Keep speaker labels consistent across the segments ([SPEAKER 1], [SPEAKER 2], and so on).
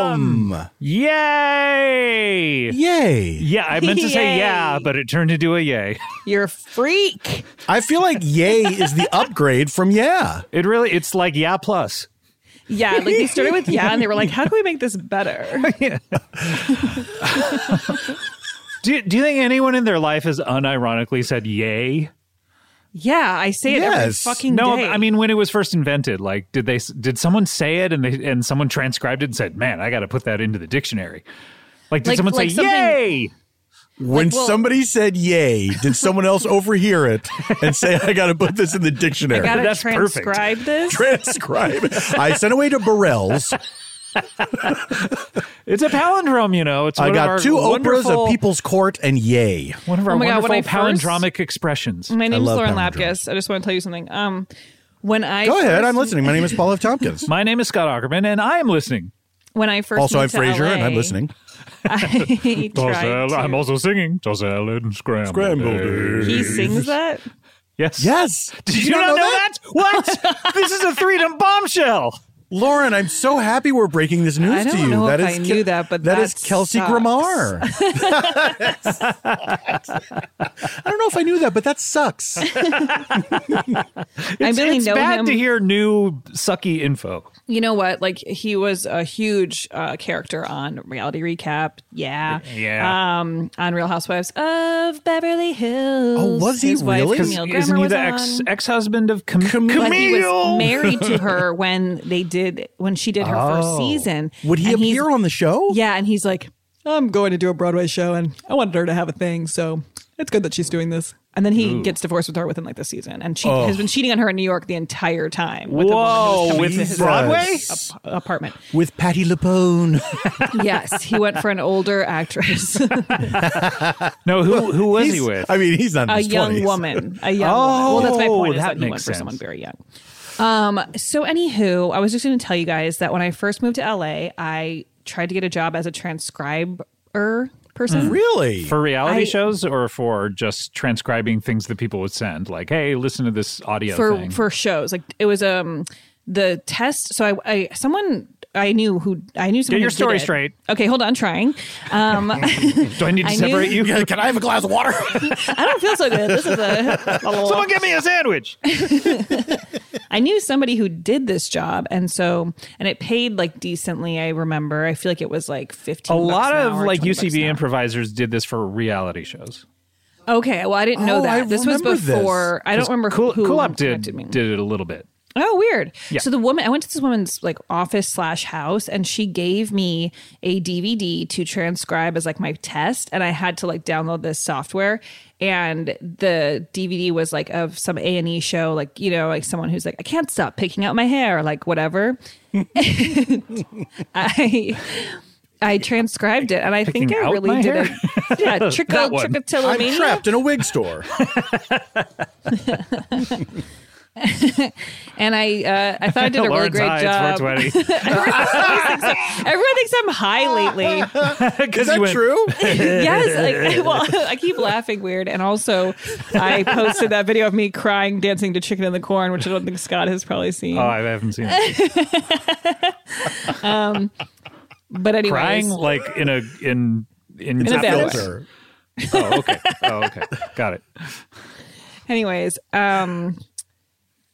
[SPEAKER 1] Yeah.
[SPEAKER 2] Yay!
[SPEAKER 1] Yay.
[SPEAKER 2] Yeah, I meant to say
[SPEAKER 3] Yay.
[SPEAKER 2] yeah, but it turned into a yay.
[SPEAKER 3] You're a freak.
[SPEAKER 1] I feel like yay is the upgrade from yeah.
[SPEAKER 2] It really, it's like yeah plus.
[SPEAKER 4] Yeah, like they started with yeah, and they were like, "How can we make this better?"
[SPEAKER 2] Do, do you think anyone in their life has unironically said yay?
[SPEAKER 4] Yeah, I say it every
[SPEAKER 1] Yes.
[SPEAKER 4] fucking
[SPEAKER 2] No,
[SPEAKER 4] day.
[SPEAKER 2] I mean when it was first invented, like did they did someone say it and they and someone transcribed it and said, "Man, I got to put that into the dictionary." Like did
[SPEAKER 4] Like-
[SPEAKER 2] someone
[SPEAKER 4] like
[SPEAKER 2] say
[SPEAKER 4] something-
[SPEAKER 2] yay?
[SPEAKER 1] When
[SPEAKER 4] well-
[SPEAKER 1] somebody said yay, did someone else overhear it and say, I got to put this in the dictionary?
[SPEAKER 4] gotta
[SPEAKER 2] That's perfect.
[SPEAKER 4] transcribe this.
[SPEAKER 1] Transcribe. I sent away to Burrell's.
[SPEAKER 2] It's a palindrome, you know. It's
[SPEAKER 1] I
[SPEAKER 2] one of our
[SPEAKER 1] got two
[SPEAKER 2] wonderful-
[SPEAKER 1] Oprahs, a People's Court, and yay.
[SPEAKER 2] One of our
[SPEAKER 4] Oh my God,
[SPEAKER 2] wonderful
[SPEAKER 4] when I first- Oh
[SPEAKER 2] palindromic expressions.
[SPEAKER 4] My name is
[SPEAKER 1] love
[SPEAKER 4] Lauren
[SPEAKER 1] palindromes.
[SPEAKER 4] Lapkus. I just want to tell you something. Um, when I
[SPEAKER 1] Go ahead.
[SPEAKER 4] first-
[SPEAKER 1] I'm listening. My name is Paul F. Tompkins.
[SPEAKER 2] My name is Scott Ackerman, and I am listening.
[SPEAKER 4] When I first
[SPEAKER 1] Also, I'm
[SPEAKER 4] moved to
[SPEAKER 1] Fraser, and I'm
[SPEAKER 4] LA,
[SPEAKER 1] listening.
[SPEAKER 4] I tried to-
[SPEAKER 2] also singing. Tossell and scrambled.
[SPEAKER 1] Scrambled eggs.
[SPEAKER 4] he sings that.
[SPEAKER 2] Yes.
[SPEAKER 1] Yes.
[SPEAKER 2] Did you, not know, that? What? this is a freedom bombshell.
[SPEAKER 1] Lauren, I'm so happy we're breaking this news
[SPEAKER 4] I don't
[SPEAKER 1] to you.
[SPEAKER 4] know
[SPEAKER 1] That
[SPEAKER 4] if
[SPEAKER 1] is
[SPEAKER 4] I knew that, but
[SPEAKER 1] that is
[SPEAKER 4] that
[SPEAKER 1] Kelsey
[SPEAKER 4] sucks.
[SPEAKER 1] Gramar. I don't know if I knew that, but that sucks.
[SPEAKER 4] I really
[SPEAKER 2] it's
[SPEAKER 4] know
[SPEAKER 2] bad
[SPEAKER 4] him.
[SPEAKER 2] to hear new sucky info.
[SPEAKER 4] you know what? Like he was a huge uh, character on Reality Recap. Yeah,
[SPEAKER 2] Yeah.
[SPEAKER 4] Um, on Real Housewives of Beverly Hills.
[SPEAKER 1] Oh, was he
[SPEAKER 4] His wife,
[SPEAKER 1] really? 'Cause
[SPEAKER 4] Camille Grammer
[SPEAKER 2] Isn't he
[SPEAKER 4] was
[SPEAKER 2] the
[SPEAKER 4] on.
[SPEAKER 2] ex ex husband of Cam- Camille?
[SPEAKER 4] But he was married to her when they did when she did her first season.
[SPEAKER 1] Oh. Would he
[SPEAKER 4] and he's-
[SPEAKER 1] appear on the show?
[SPEAKER 4] Yeah, and he's like, I'm going to do a Broadway show, and I wanted her to have a thing, so it's good that she's doing this. And then he gets divorced with her within like the season, and she
[SPEAKER 1] Oh.
[SPEAKER 4] has been cheating on her in New York the entire time. With the woman who was
[SPEAKER 2] Whoa,
[SPEAKER 4] coming
[SPEAKER 2] with
[SPEAKER 4] to his
[SPEAKER 2] Broadway?
[SPEAKER 1] Jesus.
[SPEAKER 4] ap- apartment.
[SPEAKER 1] With Patty LuPone.
[SPEAKER 4] yes, he went for an older actress,
[SPEAKER 2] No, who who was he
[SPEAKER 1] He's-
[SPEAKER 2] with?
[SPEAKER 1] I mean, he's not in
[SPEAKER 4] a
[SPEAKER 1] his
[SPEAKER 4] young
[SPEAKER 1] 20s.
[SPEAKER 4] woman, a young woman. Well, that's my point. Is
[SPEAKER 2] Oh, that
[SPEAKER 4] that, he
[SPEAKER 2] makes
[SPEAKER 4] went for
[SPEAKER 2] sense.
[SPEAKER 4] someone very young. Um. So, anywho, I was just going to tell you guys that when I first moved to LA, I tried to get a job as a transcriber
[SPEAKER 2] Hmm.
[SPEAKER 4] person.
[SPEAKER 1] Really?
[SPEAKER 2] For reality
[SPEAKER 4] I-
[SPEAKER 2] shows or for just transcribing things that people would send? Like, hey, listen to this audio
[SPEAKER 4] for
[SPEAKER 2] thing.
[SPEAKER 4] for shows. Like it was um the test. So I, I someone I knew who I knew someone. who
[SPEAKER 2] your
[SPEAKER 4] did
[SPEAKER 2] story
[SPEAKER 4] it.
[SPEAKER 2] straight.
[SPEAKER 4] Okay, hold on. Trying. Um, I
[SPEAKER 2] Do I need to
[SPEAKER 4] I knew-
[SPEAKER 2] separate you?
[SPEAKER 1] Yeah, Can I have a glass of water?
[SPEAKER 4] don't feel so good. This is a.
[SPEAKER 2] Someone get me a sandwich.
[SPEAKER 4] I knew somebody who did this job, and so and it paid like decently. I remember. I feel like it was like fifteen.
[SPEAKER 2] A
[SPEAKER 4] bucks
[SPEAKER 2] lot
[SPEAKER 4] an
[SPEAKER 2] of
[SPEAKER 4] hour,
[SPEAKER 2] like
[SPEAKER 4] 20 bucks an
[SPEAKER 2] UCB
[SPEAKER 4] hour.
[SPEAKER 2] improvisers did this for reality shows.
[SPEAKER 4] Okay, well I didn't know
[SPEAKER 1] Oh,
[SPEAKER 4] that.
[SPEAKER 1] I
[SPEAKER 4] this was
[SPEAKER 1] remember this.
[SPEAKER 4] before. I don't remember
[SPEAKER 2] Cool,
[SPEAKER 4] who
[SPEAKER 2] cool Up did
[SPEAKER 4] connected me.
[SPEAKER 2] did it a little bit.
[SPEAKER 4] Oh, weird.
[SPEAKER 2] Yeah.
[SPEAKER 4] So the woman, I went to this woman's like office slash house, and she gave me a DVD to transcribe as like my test, and I had to like download this software. And the DVD was like of some A and E show, like you know, like someone who's like, I can't stop picking out my hair, like whatever. I. I transcribed it, and I think
[SPEAKER 2] Picking
[SPEAKER 4] I
[SPEAKER 2] out
[SPEAKER 4] really
[SPEAKER 2] my
[SPEAKER 4] did
[SPEAKER 2] hair?
[SPEAKER 4] it. Yeah, trickle,
[SPEAKER 2] That one.
[SPEAKER 1] I'm
[SPEAKER 4] trichotillomania.
[SPEAKER 1] trapped in a wig store.
[SPEAKER 4] and I uh, I thought I did a really
[SPEAKER 2] Lauren's
[SPEAKER 4] great
[SPEAKER 2] high,
[SPEAKER 4] job.
[SPEAKER 2] It's 420.
[SPEAKER 4] Everyone thinks I'm high lately.
[SPEAKER 1] Is that true?
[SPEAKER 4] yes. Like, well, I keep laughing weird, and also I posted that video of me crying dancing to "Chicken in the Corn," which I don't think Scott has probably seen.
[SPEAKER 2] Oh, I haven't seen it.
[SPEAKER 4] but anyways,
[SPEAKER 2] Crying like in a in in,
[SPEAKER 4] a bad way.
[SPEAKER 1] Filter.
[SPEAKER 2] Oh, okay. Oh, okay. Got it.
[SPEAKER 4] anyways, um,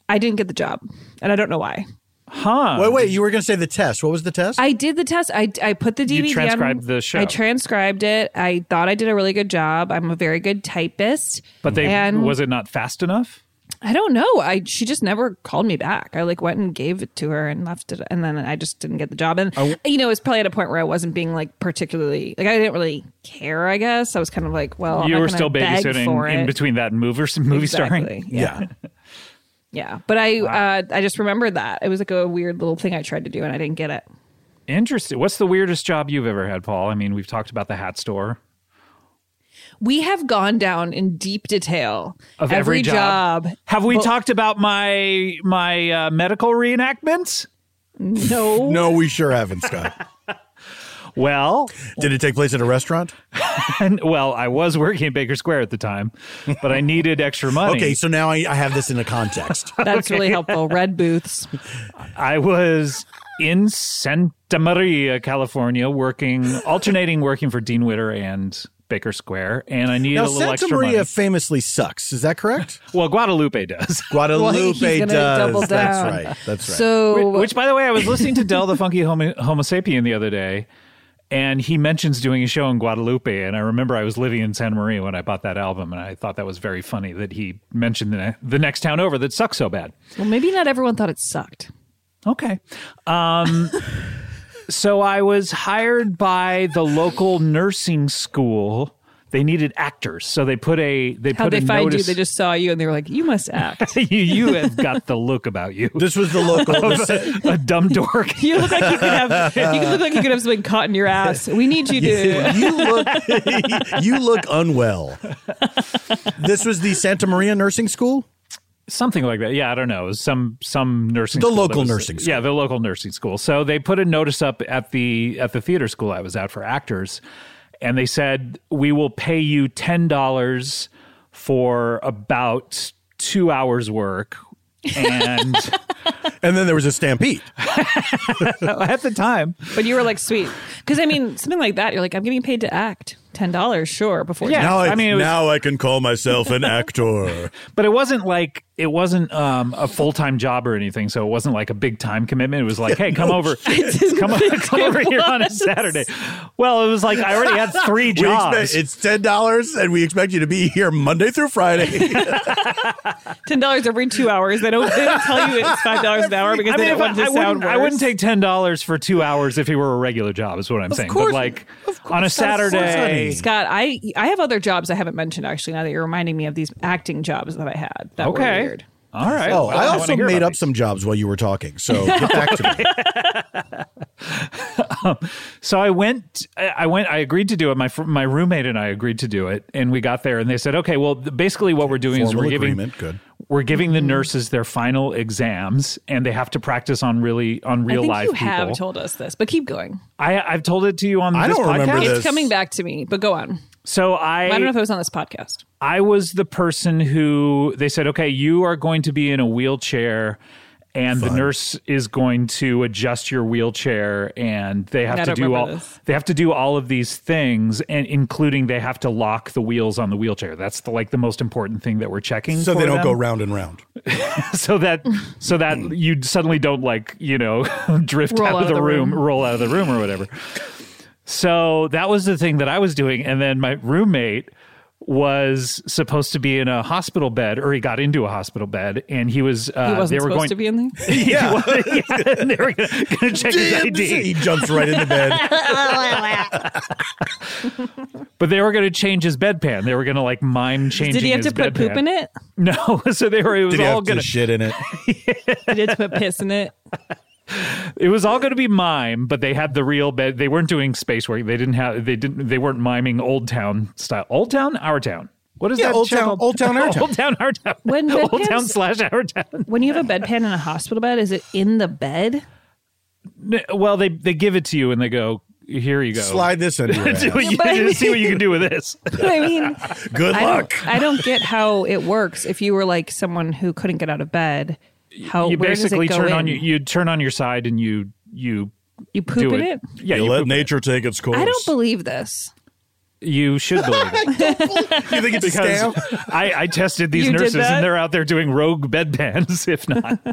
[SPEAKER 4] I didn't get the job, and I don't know why.
[SPEAKER 2] Huh.
[SPEAKER 1] Wait, wait. You were going to say the test. What was the test?
[SPEAKER 4] I did the test. I, I put the DVD.
[SPEAKER 2] transcribed
[SPEAKER 4] on,
[SPEAKER 2] the show.
[SPEAKER 4] I transcribed it. I thought I did a really good job. I'm a very good typist.
[SPEAKER 2] But they
[SPEAKER 4] and
[SPEAKER 2] was it not fast enough?
[SPEAKER 4] I don't know. I she just never called me back. I like went and gave it to her and left it, and then I just didn't get the job. And you know, it was probably at a point where I wasn't being like particularly like I didn't really care. I guess I was kind of like, well, I'm
[SPEAKER 2] you
[SPEAKER 4] not
[SPEAKER 2] were
[SPEAKER 4] gonna
[SPEAKER 2] still
[SPEAKER 4] beg for
[SPEAKER 2] babysitting in
[SPEAKER 4] it.
[SPEAKER 2] between that and movie movie
[SPEAKER 4] Exactly.
[SPEAKER 2] starring.
[SPEAKER 4] Yeah. yeah. but I uh, I just remembered that it was like a weird little thing I tried to do and I didn't get it.
[SPEAKER 2] Interesting. What's the weirdest job you've ever had, Paul? I mean, we've talked about the hat store.
[SPEAKER 4] We have gone down in deep detail
[SPEAKER 2] Of every job. Have we talked about my my uh, medical reenactments?
[SPEAKER 4] No,
[SPEAKER 1] no, we sure haven't, Scott.
[SPEAKER 2] Well,
[SPEAKER 1] Did it take place at a restaurant?
[SPEAKER 2] and well, I was working at Baker Square at the time, but I needed extra money.
[SPEAKER 1] Okay, so now I, I have this in a context.
[SPEAKER 4] that's really helpful. Red booths.
[SPEAKER 2] I was in Santa Maria, California, working alternating working for Dean Witter and Baker Square, and I needed
[SPEAKER 1] Now,
[SPEAKER 2] a little
[SPEAKER 1] Santa
[SPEAKER 2] extra
[SPEAKER 1] Maria
[SPEAKER 2] money.
[SPEAKER 1] famously sucks. Is that correct?
[SPEAKER 2] Well, Guadalupe does.
[SPEAKER 1] Guadalupe
[SPEAKER 3] he's gonna double
[SPEAKER 1] does. That's
[SPEAKER 3] down.
[SPEAKER 1] right. That's right.
[SPEAKER 3] So
[SPEAKER 2] Which, by the way, I was listening to Dell the Funky Homo, Homo Sapien the other day, and he mentions doing a show in Guadalupe. And I remember I was living in Santa Maria when I bought that album, and I thought that was very funny that he mentioned the, ne- the next town over that sucks so bad.
[SPEAKER 4] Well, maybe not everyone thought it sucked.
[SPEAKER 2] Okay. Um, so I was hired by the local nursing school. They needed actors, so they put a they
[SPEAKER 4] How
[SPEAKER 2] put
[SPEAKER 4] they
[SPEAKER 2] a
[SPEAKER 4] find
[SPEAKER 2] notice.
[SPEAKER 4] you? They just saw you and they were like, "You must act.
[SPEAKER 2] you, you have got the look about you,
[SPEAKER 1] this was the
[SPEAKER 2] Oh,
[SPEAKER 1] local.
[SPEAKER 2] a dumb dork.
[SPEAKER 4] You look like you could have. You look like you could have something caught in your ass. We need you to."
[SPEAKER 1] you look you look unwell. This was the Santa Maria Nursing School.
[SPEAKER 2] something like that. Yeah, I don't know. It was some some nursing
[SPEAKER 1] The
[SPEAKER 2] school that
[SPEAKER 1] local
[SPEAKER 2] was-
[SPEAKER 1] nursing school.
[SPEAKER 2] Yeah, the local nursing school. So they put a notice up at the at the theater school I was at for actors, and they said we will pay you ten dollars for about two hours work. And
[SPEAKER 1] And then there was a stampede.
[SPEAKER 2] at the time,
[SPEAKER 4] But you were like, "Sweet," because I mean, something like that. You're like, "I'm getting paid to act. Ten dollars, sure." Before
[SPEAKER 2] Yeah.
[SPEAKER 1] Now I,
[SPEAKER 2] I mean, it was-
[SPEAKER 1] now I can call myself an actor.
[SPEAKER 2] but it wasn't like it wasn't um, a full time job or anything. So it wasn't like a big time commitment. It was like, hey, come over, come, o- come over here on a Saturday. Well, it was like I already had three
[SPEAKER 1] We
[SPEAKER 2] jobs.
[SPEAKER 1] expect, it's ten dollars, and we expect you to be here Monday through Friday.
[SPEAKER 4] ten dollars every two hours, they don't they don't tell you it's five dollars an hour because
[SPEAKER 2] I
[SPEAKER 4] they don't
[SPEAKER 2] mean, if I,
[SPEAKER 4] want it to
[SPEAKER 2] I,
[SPEAKER 4] sound
[SPEAKER 2] wouldn't, I wouldn't
[SPEAKER 4] worse.
[SPEAKER 2] take ten dollars for two hours if it were a regular job. Is what I'm saying.
[SPEAKER 1] course-
[SPEAKER 2] but like
[SPEAKER 1] of course,
[SPEAKER 2] on a
[SPEAKER 1] of course, honey.
[SPEAKER 2] Saturday,
[SPEAKER 4] Scott, I I have other jobs I haven't mentioned actually. Now that you're reminding me of these acting jobs that I had, that
[SPEAKER 2] okay,
[SPEAKER 4] were weird.
[SPEAKER 2] all right.
[SPEAKER 1] Oh,
[SPEAKER 2] Well,
[SPEAKER 1] I
[SPEAKER 2] wanna
[SPEAKER 1] also
[SPEAKER 2] hear
[SPEAKER 1] made
[SPEAKER 2] about
[SPEAKER 1] up
[SPEAKER 2] these.
[SPEAKER 1] some jobs while you were talking. So get back to me.
[SPEAKER 2] So I went. I- I went. I agreed to do it. My fr- my roommate and I agreed to do it, and we got there, and they said, okay, well, th- basically what we're doing is
[SPEAKER 1] Formal
[SPEAKER 2] we're giving
[SPEAKER 1] agreement. Good.
[SPEAKER 2] we're giving the nurses their final exams, and they have to practice on really on
[SPEAKER 4] I
[SPEAKER 2] real
[SPEAKER 4] think
[SPEAKER 2] life
[SPEAKER 4] you
[SPEAKER 2] people.
[SPEAKER 4] have told us this, but keep going.
[SPEAKER 2] I I've told it to you on
[SPEAKER 1] I
[SPEAKER 2] this
[SPEAKER 1] don't remember
[SPEAKER 2] podcast.
[SPEAKER 1] this.
[SPEAKER 4] It's coming back to me, but go on.
[SPEAKER 2] So I
[SPEAKER 4] I don't know if it was on this podcast.
[SPEAKER 2] I was the person who they said, okay, you are going to be in a wheelchair. And the nurse is going to adjust your wheelchair, and they have
[SPEAKER 4] I don't
[SPEAKER 2] to do all
[SPEAKER 4] remember this.
[SPEAKER 2] they have to do all of these things, and including they have to lock the wheels on the wheelchair. That's the, like the most important thing that we're checking.
[SPEAKER 1] So
[SPEAKER 2] for
[SPEAKER 1] they don't
[SPEAKER 2] them.
[SPEAKER 1] go round and round.
[SPEAKER 2] so that so that
[SPEAKER 1] Mm.
[SPEAKER 2] you suddenly don't like you know drift
[SPEAKER 4] Roll
[SPEAKER 2] out, of the,
[SPEAKER 4] room.
[SPEAKER 2] room, roll out of the room or whatever so that was the thing that i was doing and then my roommate was supposed to be in a hospital bed or he got into a hospital bed and he was uh,
[SPEAKER 4] He
[SPEAKER 2] they
[SPEAKER 4] wasn't
[SPEAKER 2] were
[SPEAKER 4] supposed
[SPEAKER 2] going
[SPEAKER 4] to be in there.
[SPEAKER 2] yeah, and they were gonna, gonna check his id
[SPEAKER 1] He jumps right into bed.
[SPEAKER 2] but they were gonna change his bedpan they were gonna like mime changing
[SPEAKER 4] Did he have to
[SPEAKER 2] his
[SPEAKER 4] put
[SPEAKER 2] bedpan.
[SPEAKER 4] poop in it?
[SPEAKER 2] no so they were it was
[SPEAKER 1] Did he
[SPEAKER 2] all
[SPEAKER 1] have
[SPEAKER 2] gonna
[SPEAKER 1] to shit in it?
[SPEAKER 4] Did he have to put piss in it?
[SPEAKER 2] It was all going to be mime, but they had the real bed. They weren't doing space work. They didn't have. They didn't. They weren't miming Old Town style. Old Town, Our Town. What is
[SPEAKER 1] Yeah,
[SPEAKER 2] that?
[SPEAKER 1] Old
[SPEAKER 2] show
[SPEAKER 1] Town-
[SPEAKER 2] called?
[SPEAKER 1] Old Town, Our Town.
[SPEAKER 2] Old Town, Our Town.
[SPEAKER 4] When bed
[SPEAKER 2] Old Town
[SPEAKER 4] pans-
[SPEAKER 2] slash Our Town.
[SPEAKER 4] When you have a bedpan in a hospital bed, is it in the bed?
[SPEAKER 2] N- Well, they they give it to you and they go, "Here you go.
[SPEAKER 1] Slide this under your
[SPEAKER 2] Do
[SPEAKER 1] ass.
[SPEAKER 2] what you,
[SPEAKER 4] But I mean-
[SPEAKER 2] see what you can do with this."
[SPEAKER 4] I mean,
[SPEAKER 1] Good
[SPEAKER 4] I
[SPEAKER 1] luck.
[SPEAKER 4] don't, I don't get how it works. If you were like someone who couldn't get out of bed, how
[SPEAKER 2] you
[SPEAKER 4] where
[SPEAKER 2] basically
[SPEAKER 4] does it go
[SPEAKER 2] turn
[SPEAKER 4] in?
[SPEAKER 2] on you. You turn on your side and you you
[SPEAKER 4] You poop
[SPEAKER 2] do
[SPEAKER 4] in
[SPEAKER 2] it.
[SPEAKER 4] it.
[SPEAKER 2] Yeah,
[SPEAKER 1] You
[SPEAKER 2] you,
[SPEAKER 1] let
[SPEAKER 2] poop in it.
[SPEAKER 1] nature take its course.
[SPEAKER 4] I don't believe this.
[SPEAKER 2] You should believe it.
[SPEAKER 1] You think it's
[SPEAKER 2] because
[SPEAKER 1] scam?
[SPEAKER 2] I, I tested these
[SPEAKER 4] You did
[SPEAKER 2] nurses
[SPEAKER 4] that?
[SPEAKER 2] and they're out there doing rogue bedpans if not
[SPEAKER 4] All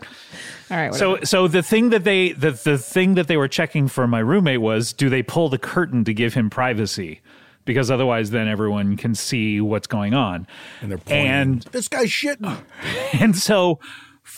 [SPEAKER 4] right.
[SPEAKER 2] so so the thing that they the, the thing that they were checking for my roommate was do they pull the curtain to give him privacy because otherwise then everyone can see what's going on
[SPEAKER 1] And they're pointing.
[SPEAKER 2] and
[SPEAKER 1] this guy's shitting.
[SPEAKER 2] and so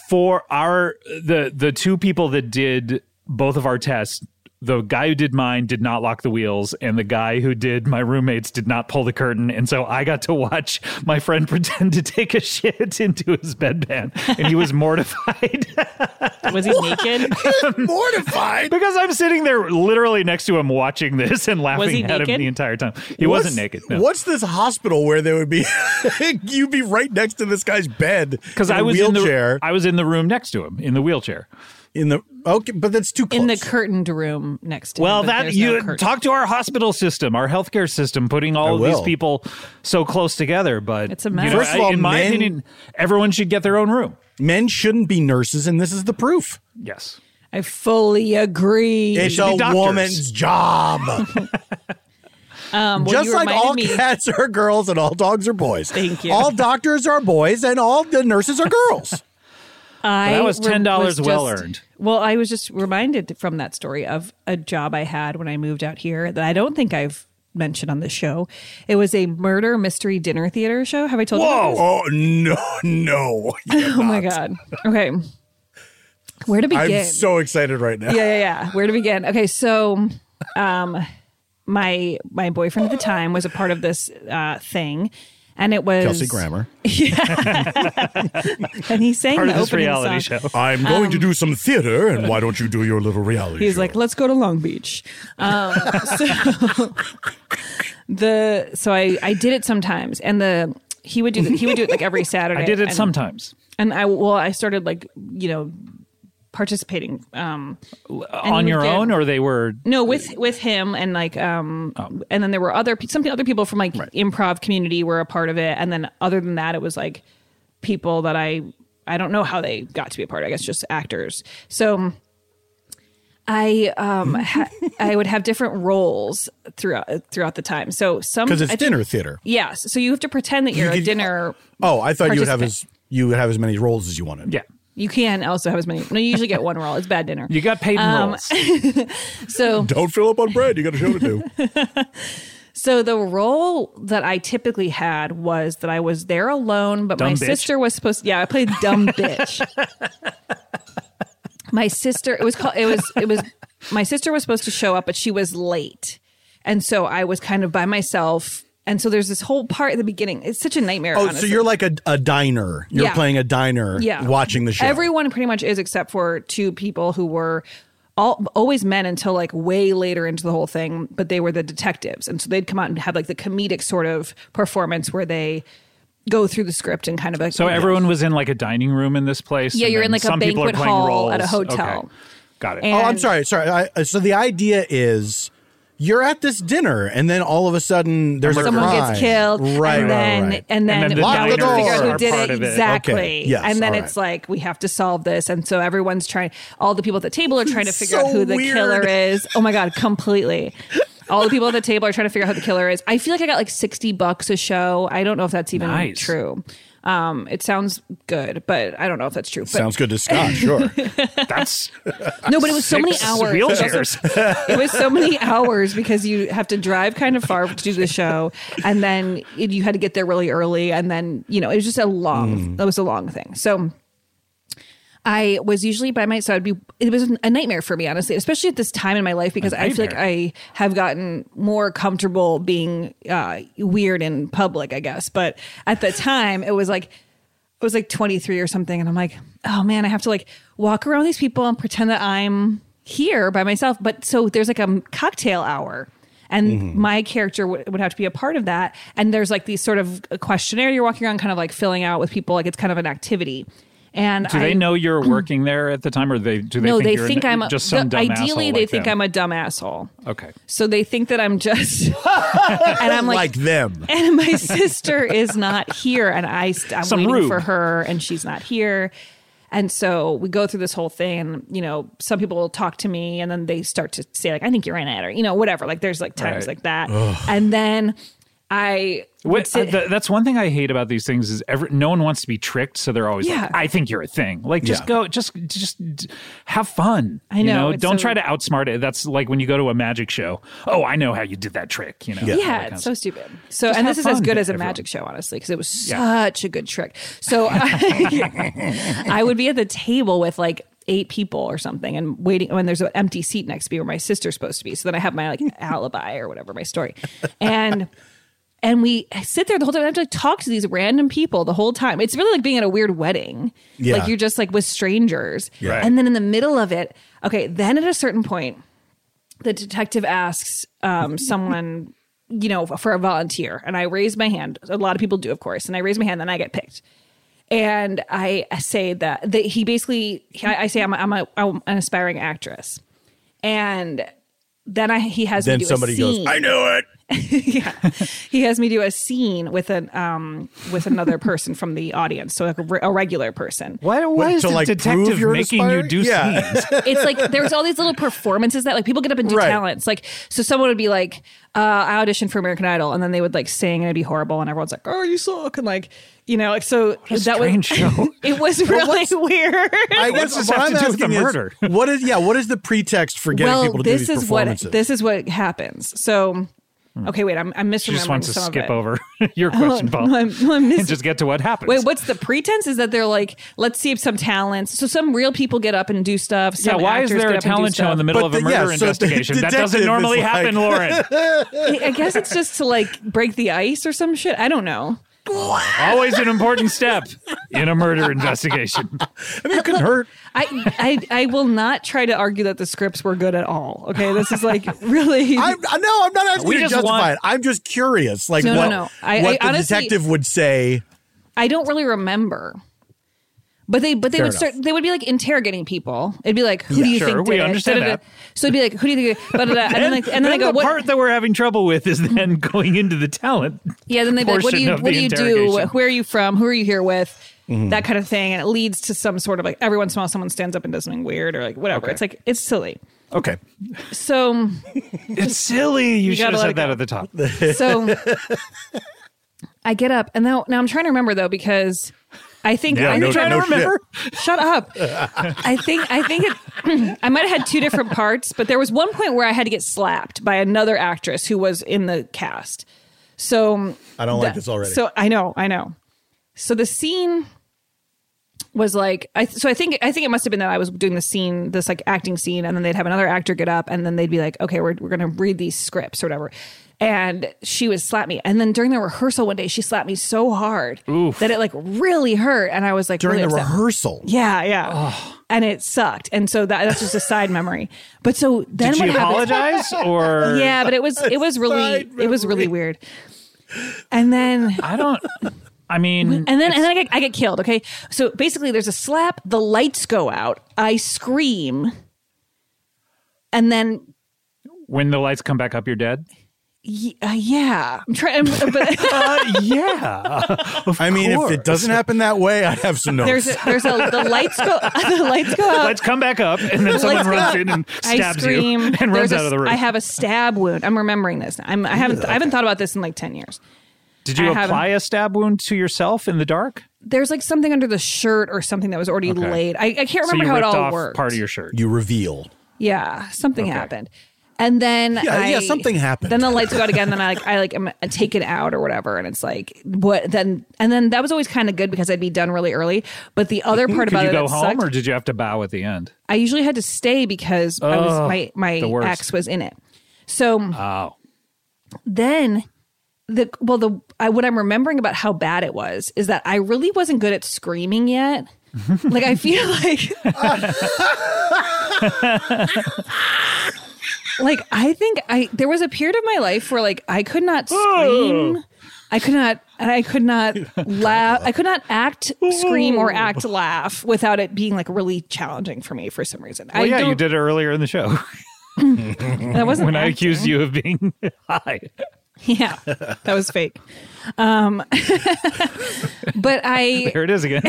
[SPEAKER 2] for our the the two people that did both of our tests the guy who did mine did not lock the wheels and the guy who did my roommates did not pull the curtain and so i got to watch my friend pretend to take a shit into his bedpan and he was mortified
[SPEAKER 4] whatever. was he naked?
[SPEAKER 1] Mortified.
[SPEAKER 2] because i'm sitting there literally next to him watching this and laughing
[SPEAKER 4] Was he
[SPEAKER 2] at him
[SPEAKER 4] naked?
[SPEAKER 2] the entire time he wasn't naked no.
[SPEAKER 1] What's this hospital where there would be you'd be right next to this guy's bed?
[SPEAKER 2] because
[SPEAKER 1] in
[SPEAKER 2] I
[SPEAKER 1] a
[SPEAKER 2] was
[SPEAKER 1] wheelchair
[SPEAKER 2] in the I was in the room next to him in the wheelchair.
[SPEAKER 1] in the okay, but that's too close.
[SPEAKER 4] In the curtained room next to.
[SPEAKER 2] Well,
[SPEAKER 4] him, but
[SPEAKER 2] that
[SPEAKER 4] there's no
[SPEAKER 2] you
[SPEAKER 4] curtain.
[SPEAKER 2] talk to our hospital system, our healthcare system, putting
[SPEAKER 1] I
[SPEAKER 2] all of these
[SPEAKER 1] will.
[SPEAKER 2] people so close together. But
[SPEAKER 4] It's a mess.
[SPEAKER 2] you know,
[SPEAKER 1] First of all,
[SPEAKER 2] in my
[SPEAKER 1] men-
[SPEAKER 2] opinion, everyone should get their own room.
[SPEAKER 1] Men shouldn't be nurses, and this is the proof.
[SPEAKER 2] Yes.
[SPEAKER 4] I fully agree.
[SPEAKER 1] It's
[SPEAKER 2] should be
[SPEAKER 1] a
[SPEAKER 2] doctors.
[SPEAKER 1] woman's job.
[SPEAKER 4] Um, well,
[SPEAKER 1] Just
[SPEAKER 4] you
[SPEAKER 1] like
[SPEAKER 4] reminded
[SPEAKER 1] all
[SPEAKER 4] me-
[SPEAKER 1] cats are girls and all dogs are boys.
[SPEAKER 4] Thank you.
[SPEAKER 1] All doctors are boys and all the nurses are girls.
[SPEAKER 4] I
[SPEAKER 2] That was
[SPEAKER 4] re-
[SPEAKER 2] $10 well
[SPEAKER 4] just-
[SPEAKER 2] earned.
[SPEAKER 4] Well, I was just reminded from that story of a job I had when I moved out here that I don't think I've mentioned on this show. It was a murder mystery dinner theater show. Have I told you? about this?
[SPEAKER 1] Oh no, no.
[SPEAKER 4] Oh my god. Okay. Where to
[SPEAKER 1] I'm
[SPEAKER 4] begin?
[SPEAKER 1] so excited right now.
[SPEAKER 4] yeah, yeah, yeah. Where to begin? Okay, so um my my boyfriend at the time was a part of this uh thing and it was
[SPEAKER 1] Kelsey Grammer.
[SPEAKER 4] and he sang
[SPEAKER 2] Part
[SPEAKER 4] the
[SPEAKER 2] of this
[SPEAKER 4] opening
[SPEAKER 2] reality
[SPEAKER 4] song.
[SPEAKER 2] show.
[SPEAKER 1] I'm going to do some theater, and why don't you do your little reality?
[SPEAKER 4] He's
[SPEAKER 1] show?
[SPEAKER 4] like, let's go to Long Beach. Um, so the so I I did it sometimes, and the he would do the, he would do it like every Saturday.
[SPEAKER 2] I did it
[SPEAKER 4] and,
[SPEAKER 2] sometimes.
[SPEAKER 4] and I well I started like you know participating um and
[SPEAKER 2] on
[SPEAKER 4] you
[SPEAKER 2] your
[SPEAKER 4] would get-
[SPEAKER 2] own, or they were
[SPEAKER 4] no with with him and like um
[SPEAKER 1] Oh.
[SPEAKER 4] and then there were other pe- some other people from like improv community were a part of it and then other than that it was like people that i i don't know how they got to be a part i guess just actors so um, i um ha- i would have different roles throughout throughout the time so some
[SPEAKER 1] because it's
[SPEAKER 4] I think-
[SPEAKER 1] dinner theater.
[SPEAKER 4] yes so you have to pretend that you're a
[SPEAKER 1] could-
[SPEAKER 4] dinner
[SPEAKER 1] Oh, I thought you would have
[SPEAKER 4] Participate.
[SPEAKER 1] as you would have as many roles as you wanted.
[SPEAKER 2] yeah.
[SPEAKER 4] you can also have as many no you usually get one role it's bad dinner
[SPEAKER 2] You got paid in
[SPEAKER 4] Um,
[SPEAKER 2] roles.
[SPEAKER 4] so
[SPEAKER 1] Don't fill up on bread. You got a show to do.
[SPEAKER 4] So the role that I typically had was that I was there alone, but
[SPEAKER 2] Dumb
[SPEAKER 4] my
[SPEAKER 2] bitch.
[SPEAKER 4] sister was supposed. Yeah, I played dumb bitch. my sister. It was called. It was. It was. My sister was supposed to show up, but she was late, and so I was kind of by myself. And so there's this whole part at the beginning. It's such a nightmare.
[SPEAKER 1] Oh,
[SPEAKER 4] honestly.
[SPEAKER 1] so you're like a, a diner. You're
[SPEAKER 4] Yeah.
[SPEAKER 1] playing a diner.
[SPEAKER 4] yeah.
[SPEAKER 1] watching the show.
[SPEAKER 4] Everyone pretty much is except for two people who were all always men until like way later into the whole thing, but they were the detectives. And so they'd come out and have like the comedic sort of performance where they go through the script and kind of like
[SPEAKER 2] So everyone was in like a dining room in this place.
[SPEAKER 4] Yeah,
[SPEAKER 2] and
[SPEAKER 4] you're in
[SPEAKER 2] then
[SPEAKER 4] like a
[SPEAKER 2] some people are
[SPEAKER 4] banquet
[SPEAKER 2] playing
[SPEAKER 4] hall at a
[SPEAKER 2] roles.
[SPEAKER 4] hotel.
[SPEAKER 2] Okay. Got it.
[SPEAKER 4] And-
[SPEAKER 1] oh, I'm sorry. Sorry. I, uh, so the idea is. You're at this dinner, and then all of a sudden there's a
[SPEAKER 4] someone
[SPEAKER 1] crime.
[SPEAKER 4] gets killed
[SPEAKER 1] Right,
[SPEAKER 4] and
[SPEAKER 1] right,
[SPEAKER 4] then
[SPEAKER 1] right.
[SPEAKER 4] and then,
[SPEAKER 2] then
[SPEAKER 4] we
[SPEAKER 2] the
[SPEAKER 4] have to
[SPEAKER 1] diners
[SPEAKER 4] figure out
[SPEAKER 1] are
[SPEAKER 4] who did
[SPEAKER 2] part
[SPEAKER 4] it
[SPEAKER 2] of it.
[SPEAKER 4] exactly
[SPEAKER 1] Okay, yes,
[SPEAKER 4] and then
[SPEAKER 1] all
[SPEAKER 4] it's
[SPEAKER 1] right.
[SPEAKER 4] like we have to solve this and so everyone's trying all the people at the table are trying to figure out
[SPEAKER 1] So
[SPEAKER 4] who the
[SPEAKER 1] weird.
[SPEAKER 4] killer is oh my god completely all the people at the table are trying to figure out who the killer is i feel like i got like 60 bucks a show i don't know if that's even
[SPEAKER 2] Nice.
[SPEAKER 4] true um it sounds good but i don't know if that's true but
[SPEAKER 1] Sounds good to Scott. Sure.
[SPEAKER 2] Oh, That's
[SPEAKER 4] no but it was so many
[SPEAKER 2] six
[SPEAKER 4] hours It was also
[SPEAKER 2] Wheelchairs.
[SPEAKER 4] it was so many hours because you have to drive kind of far to do the show and then it- you had to get there really early and then you know it was just a long that was a long thing so I was usually by myself. So I'd be. It was a nightmare for me, honestly, especially at this time in my life because I feel like I have gotten more comfortable being uh, weird in public, I guess. But at the time, it was like I was like 23 or something, and I'm like, oh man, I have to like walk around these people and pretend that I'm here by myself. But so there's like a cocktail hour. And
[SPEAKER 2] Mm-hmm.
[SPEAKER 4] my character w- would have to be a part of that. And there's like these sort of questionnaire you're walking around, kind of like filling out with people. Like it's kind of an activity. And
[SPEAKER 2] Do
[SPEAKER 4] I,
[SPEAKER 2] they know you're working there at the time, or they do they?
[SPEAKER 4] no,
[SPEAKER 2] think
[SPEAKER 4] they
[SPEAKER 2] you're
[SPEAKER 4] think
[SPEAKER 2] n-
[SPEAKER 4] I'm a,
[SPEAKER 2] just some
[SPEAKER 4] the-
[SPEAKER 2] dumb
[SPEAKER 4] ideally
[SPEAKER 2] asshole
[SPEAKER 4] they
[SPEAKER 2] like
[SPEAKER 4] think I'm
[SPEAKER 2] them.
[SPEAKER 4] a dumb asshole.
[SPEAKER 2] Okay.
[SPEAKER 4] So they think that I'm just and I'm like,
[SPEAKER 1] like them.
[SPEAKER 4] and my sister is not here and I st- I'm
[SPEAKER 2] Some
[SPEAKER 4] waiting
[SPEAKER 2] rube.
[SPEAKER 4] for her and she's not here. And so we go through this whole thing and you know some people will talk to me and then they start to say like I think you're in it or you know whatever like there's like times
[SPEAKER 2] Right.
[SPEAKER 4] like that. And then I would
[SPEAKER 2] What, uh,
[SPEAKER 4] sit-
[SPEAKER 2] th- that's one thing I hate about these things is every, no one wants to be tricked, so they're always
[SPEAKER 4] Yeah.
[SPEAKER 2] like, "I think you're a thing." Like, just
[SPEAKER 1] Yeah.
[SPEAKER 2] go, just just d- have fun.
[SPEAKER 4] I
[SPEAKER 2] you
[SPEAKER 4] know, it's
[SPEAKER 2] Don't
[SPEAKER 4] so-
[SPEAKER 2] try to outsmart it. That's like when you go to a magic show. Oh, I know how you did that trick. You know. all that
[SPEAKER 4] Yeah,
[SPEAKER 2] kind of
[SPEAKER 4] it's so
[SPEAKER 2] stuff.
[SPEAKER 4] stupid. So, and
[SPEAKER 2] have
[SPEAKER 4] this is as
[SPEAKER 2] fun,
[SPEAKER 4] good as a
[SPEAKER 2] everyone.
[SPEAKER 4] magic show, honestly, because it was
[SPEAKER 2] Yeah.
[SPEAKER 4] such a good trick. So, I, I would be at the table with like eight people or something, and waiting when there's an empty seat next to me where my sister's supposed to be. So then I have my like alibi or whatever my story, and. And we sit there the whole time. I have to like, talk to these random people the whole time. It's really like being at a weird wedding.
[SPEAKER 1] Yeah.
[SPEAKER 4] Like you're just like with strangers.
[SPEAKER 1] Right.
[SPEAKER 4] And then in the middle of it, okay, then at a certain point, the detective asks um, someone, you know, for a volunteer, and I raise my hand. A lot of people do, of course, and I raise my hand, then I get picked. And I say that, that he basically, I, I say I'm, a, I'm, a, I'm an aspiring actress, and then I he has me
[SPEAKER 1] Then
[SPEAKER 4] do a
[SPEAKER 1] somebody goes,
[SPEAKER 4] scene.
[SPEAKER 1] I knew it.
[SPEAKER 4] yeah. He has me do a scene with an um with another person from the audience, so like a, re- a regular person.
[SPEAKER 2] Why, why
[SPEAKER 1] Wait,
[SPEAKER 2] is
[SPEAKER 1] to,
[SPEAKER 2] the
[SPEAKER 1] like, prove
[SPEAKER 2] detective
[SPEAKER 1] you're
[SPEAKER 2] making
[SPEAKER 1] inspired?
[SPEAKER 2] you do
[SPEAKER 1] Yeah.
[SPEAKER 2] scenes?
[SPEAKER 4] It's like there's all these little performances that like people get up and do
[SPEAKER 1] Right.
[SPEAKER 4] talents. Like so someone would be like, uh, I auditioned for American Idol and then they would like sing and it'd be horrible and everyone's like, Oh, you suck and like you know, like so that was
[SPEAKER 2] strange show.
[SPEAKER 4] it was really weird.
[SPEAKER 1] I guess
[SPEAKER 2] What's this
[SPEAKER 1] what
[SPEAKER 2] have
[SPEAKER 1] I'm
[SPEAKER 2] to do with
[SPEAKER 1] asking
[SPEAKER 2] the
[SPEAKER 1] is,
[SPEAKER 2] murder?
[SPEAKER 1] what is yeah? What is the pretext for getting people to do
[SPEAKER 4] this
[SPEAKER 1] these
[SPEAKER 4] is what
[SPEAKER 1] performances?
[SPEAKER 4] this is what Hmm. happens. So okay, wait, I'm I'm misremembering
[SPEAKER 2] She just wants to
[SPEAKER 4] some of
[SPEAKER 2] skip
[SPEAKER 4] it. Oh,
[SPEAKER 2] over your question, Paul,
[SPEAKER 4] I'm, I'm
[SPEAKER 2] and
[SPEAKER 4] mis-
[SPEAKER 2] just get to what happens.
[SPEAKER 4] Wait, what's the pretense? Is that they're like, let's see if some talents. So some real people get up and do stuff.
[SPEAKER 2] yeah,
[SPEAKER 4] Some
[SPEAKER 2] why is
[SPEAKER 4] actors
[SPEAKER 2] there
[SPEAKER 4] get uh,
[SPEAKER 2] a
[SPEAKER 4] up and do
[SPEAKER 2] talent show in
[SPEAKER 4] stuff.
[SPEAKER 2] the middle
[SPEAKER 1] But
[SPEAKER 2] of a
[SPEAKER 1] the- yeah, so
[SPEAKER 2] murder
[SPEAKER 1] the
[SPEAKER 2] investigation? That
[SPEAKER 1] detective
[SPEAKER 2] doesn't
[SPEAKER 1] is
[SPEAKER 2] normally
[SPEAKER 1] like-
[SPEAKER 2] happen, Lauren.
[SPEAKER 4] I guess it's just to like break the ice or some shit. I don't know.
[SPEAKER 2] Always an important step in a murder investigation.
[SPEAKER 1] I mean, it couldn't hurt.
[SPEAKER 4] I, I I will not try to argue that the scripts were good at all. Okay, this is like really.
[SPEAKER 1] I, I no, I'm not asking
[SPEAKER 2] We
[SPEAKER 1] you to
[SPEAKER 2] just
[SPEAKER 1] justify
[SPEAKER 2] want-
[SPEAKER 1] it. I'm just curious, like
[SPEAKER 4] No, no,
[SPEAKER 1] what,
[SPEAKER 4] no. I-
[SPEAKER 1] what
[SPEAKER 4] I
[SPEAKER 1] the
[SPEAKER 4] honestly-
[SPEAKER 1] detective would say.
[SPEAKER 4] I don't really remember. But they but they
[SPEAKER 1] Fair
[SPEAKER 4] would
[SPEAKER 1] enough.
[SPEAKER 4] start they would be like interrogating people. It'd be like, who
[SPEAKER 1] Yeah.
[SPEAKER 4] do you
[SPEAKER 2] Sure,
[SPEAKER 4] think did
[SPEAKER 2] we
[SPEAKER 4] it?
[SPEAKER 2] understand
[SPEAKER 4] Da-da-da.
[SPEAKER 2] that.
[SPEAKER 4] So it'd be like, who do you think? da-da-da. And, then like and then I go,
[SPEAKER 2] the
[SPEAKER 4] what?
[SPEAKER 2] part that we're having trouble with is then going into the talent.
[SPEAKER 4] yeah, then they'd be like, what do
[SPEAKER 2] portion
[SPEAKER 4] you
[SPEAKER 2] of
[SPEAKER 4] what do
[SPEAKER 2] the
[SPEAKER 4] you do?
[SPEAKER 2] interrogation.
[SPEAKER 4] Where are you from? Who are you here with?
[SPEAKER 1] Mm-hmm.
[SPEAKER 4] That kind of thing, and it leads to some sort of like every once in a while someone stands up and does something weird or like whatever. It's like it's silly.
[SPEAKER 1] Okay,
[SPEAKER 4] So
[SPEAKER 2] It's silly. You, should
[SPEAKER 4] gotta let
[SPEAKER 2] have said
[SPEAKER 4] it
[SPEAKER 2] that
[SPEAKER 4] go.
[SPEAKER 2] at the top.
[SPEAKER 4] so I get up and now now I'm trying to remember though because I think
[SPEAKER 1] Yeah,
[SPEAKER 4] I'm
[SPEAKER 1] no-
[SPEAKER 4] trying
[SPEAKER 1] no
[SPEAKER 4] to
[SPEAKER 1] shit.
[SPEAKER 4] remember. Shut up. I think I think it, I might have had two different parts, but there was one point where I had to get slapped by another actress who was in the cast. So
[SPEAKER 1] I don't like this already.
[SPEAKER 4] so I know, I know. So the scene was like, I, so I think I think it must have been that I was doing the scene, this like acting scene, and then they'd have another actor get up, and then they'd be like, okay, we're we're gonna read these scripts or whatever. And she would slap me, and then during the rehearsal one day, she slapped me so hard that it like really hurt, and I was like
[SPEAKER 1] during
[SPEAKER 4] really
[SPEAKER 1] the
[SPEAKER 4] upset.
[SPEAKER 1] rehearsal,
[SPEAKER 4] Yeah, yeah, and it sucked, and so that, that's just a side memory. But so then
[SPEAKER 2] Did
[SPEAKER 4] what
[SPEAKER 2] she
[SPEAKER 4] happened?
[SPEAKER 2] apologize or?
[SPEAKER 4] Yeah, but it was it was really
[SPEAKER 1] Side
[SPEAKER 4] it was really weird. And then
[SPEAKER 2] I don't. I mean,
[SPEAKER 4] and then and then I get, I get killed. Okay, so basically, there's a slap. The lights go out. I scream, and then
[SPEAKER 2] when the lights come back up, you're dead.
[SPEAKER 4] y- uh, yeah, I'm trying. But
[SPEAKER 2] Uh, yeah.
[SPEAKER 1] I mean, if it doesn't happen that way, I have some notes.
[SPEAKER 4] there's a, there's a the lights go the lights go out.
[SPEAKER 2] Let's come back up, and then someone
[SPEAKER 4] lights go
[SPEAKER 2] runs
[SPEAKER 4] out.
[SPEAKER 2] in and
[SPEAKER 4] I
[SPEAKER 2] stabs
[SPEAKER 4] scream.
[SPEAKER 2] you and
[SPEAKER 4] There's
[SPEAKER 2] runs
[SPEAKER 4] a-
[SPEAKER 2] out of the room.
[SPEAKER 4] I have a stab wound. I'm remembering this. Now. I'm, I haven't I haven't thought about this in like ten years.
[SPEAKER 2] Did you
[SPEAKER 4] I haven't-
[SPEAKER 2] apply a stab wound to yourself in the dark?
[SPEAKER 4] There's like something under the shirt or something that was already
[SPEAKER 2] Okay.
[SPEAKER 4] laid. I, I can't
[SPEAKER 2] so you
[SPEAKER 4] remember how it
[SPEAKER 2] ripped
[SPEAKER 4] all
[SPEAKER 2] off
[SPEAKER 4] worked.
[SPEAKER 2] part of your shirt.
[SPEAKER 1] you reveal.
[SPEAKER 4] Yeah, something happened. And then
[SPEAKER 1] Yeah,
[SPEAKER 4] I,
[SPEAKER 1] yeah, something happened.
[SPEAKER 4] Then the lights go out again. Then I like I like am taken out or whatever, and it's like what then? And then that was always kind of good because I'd be done really early. But the other part
[SPEAKER 2] Could
[SPEAKER 4] about
[SPEAKER 2] you
[SPEAKER 4] it
[SPEAKER 2] go
[SPEAKER 4] that
[SPEAKER 2] home,
[SPEAKER 4] sucked,
[SPEAKER 2] or did you have to bow at the end?
[SPEAKER 4] I usually had to stay because I was my
[SPEAKER 2] the
[SPEAKER 4] my
[SPEAKER 2] worst.
[SPEAKER 4] ex was in it. So
[SPEAKER 2] Oh,
[SPEAKER 4] then the well the I, what I'm remembering about how bad it was is that I really wasn't good at screaming yet. like I feel like like I think I there was a period of my life where like I could not scream. I could not and I could not laugh. I could not act, scream, or act laugh without it being like really challenging for me for some reason.
[SPEAKER 2] well,
[SPEAKER 4] I
[SPEAKER 2] yeah, you
[SPEAKER 4] don't-
[SPEAKER 2] did it earlier in the show
[SPEAKER 4] That wasn't
[SPEAKER 2] when I
[SPEAKER 4] acting.
[SPEAKER 2] accused you of being high.
[SPEAKER 4] Yeah, that was fake. Um, but I,
[SPEAKER 2] There it is again.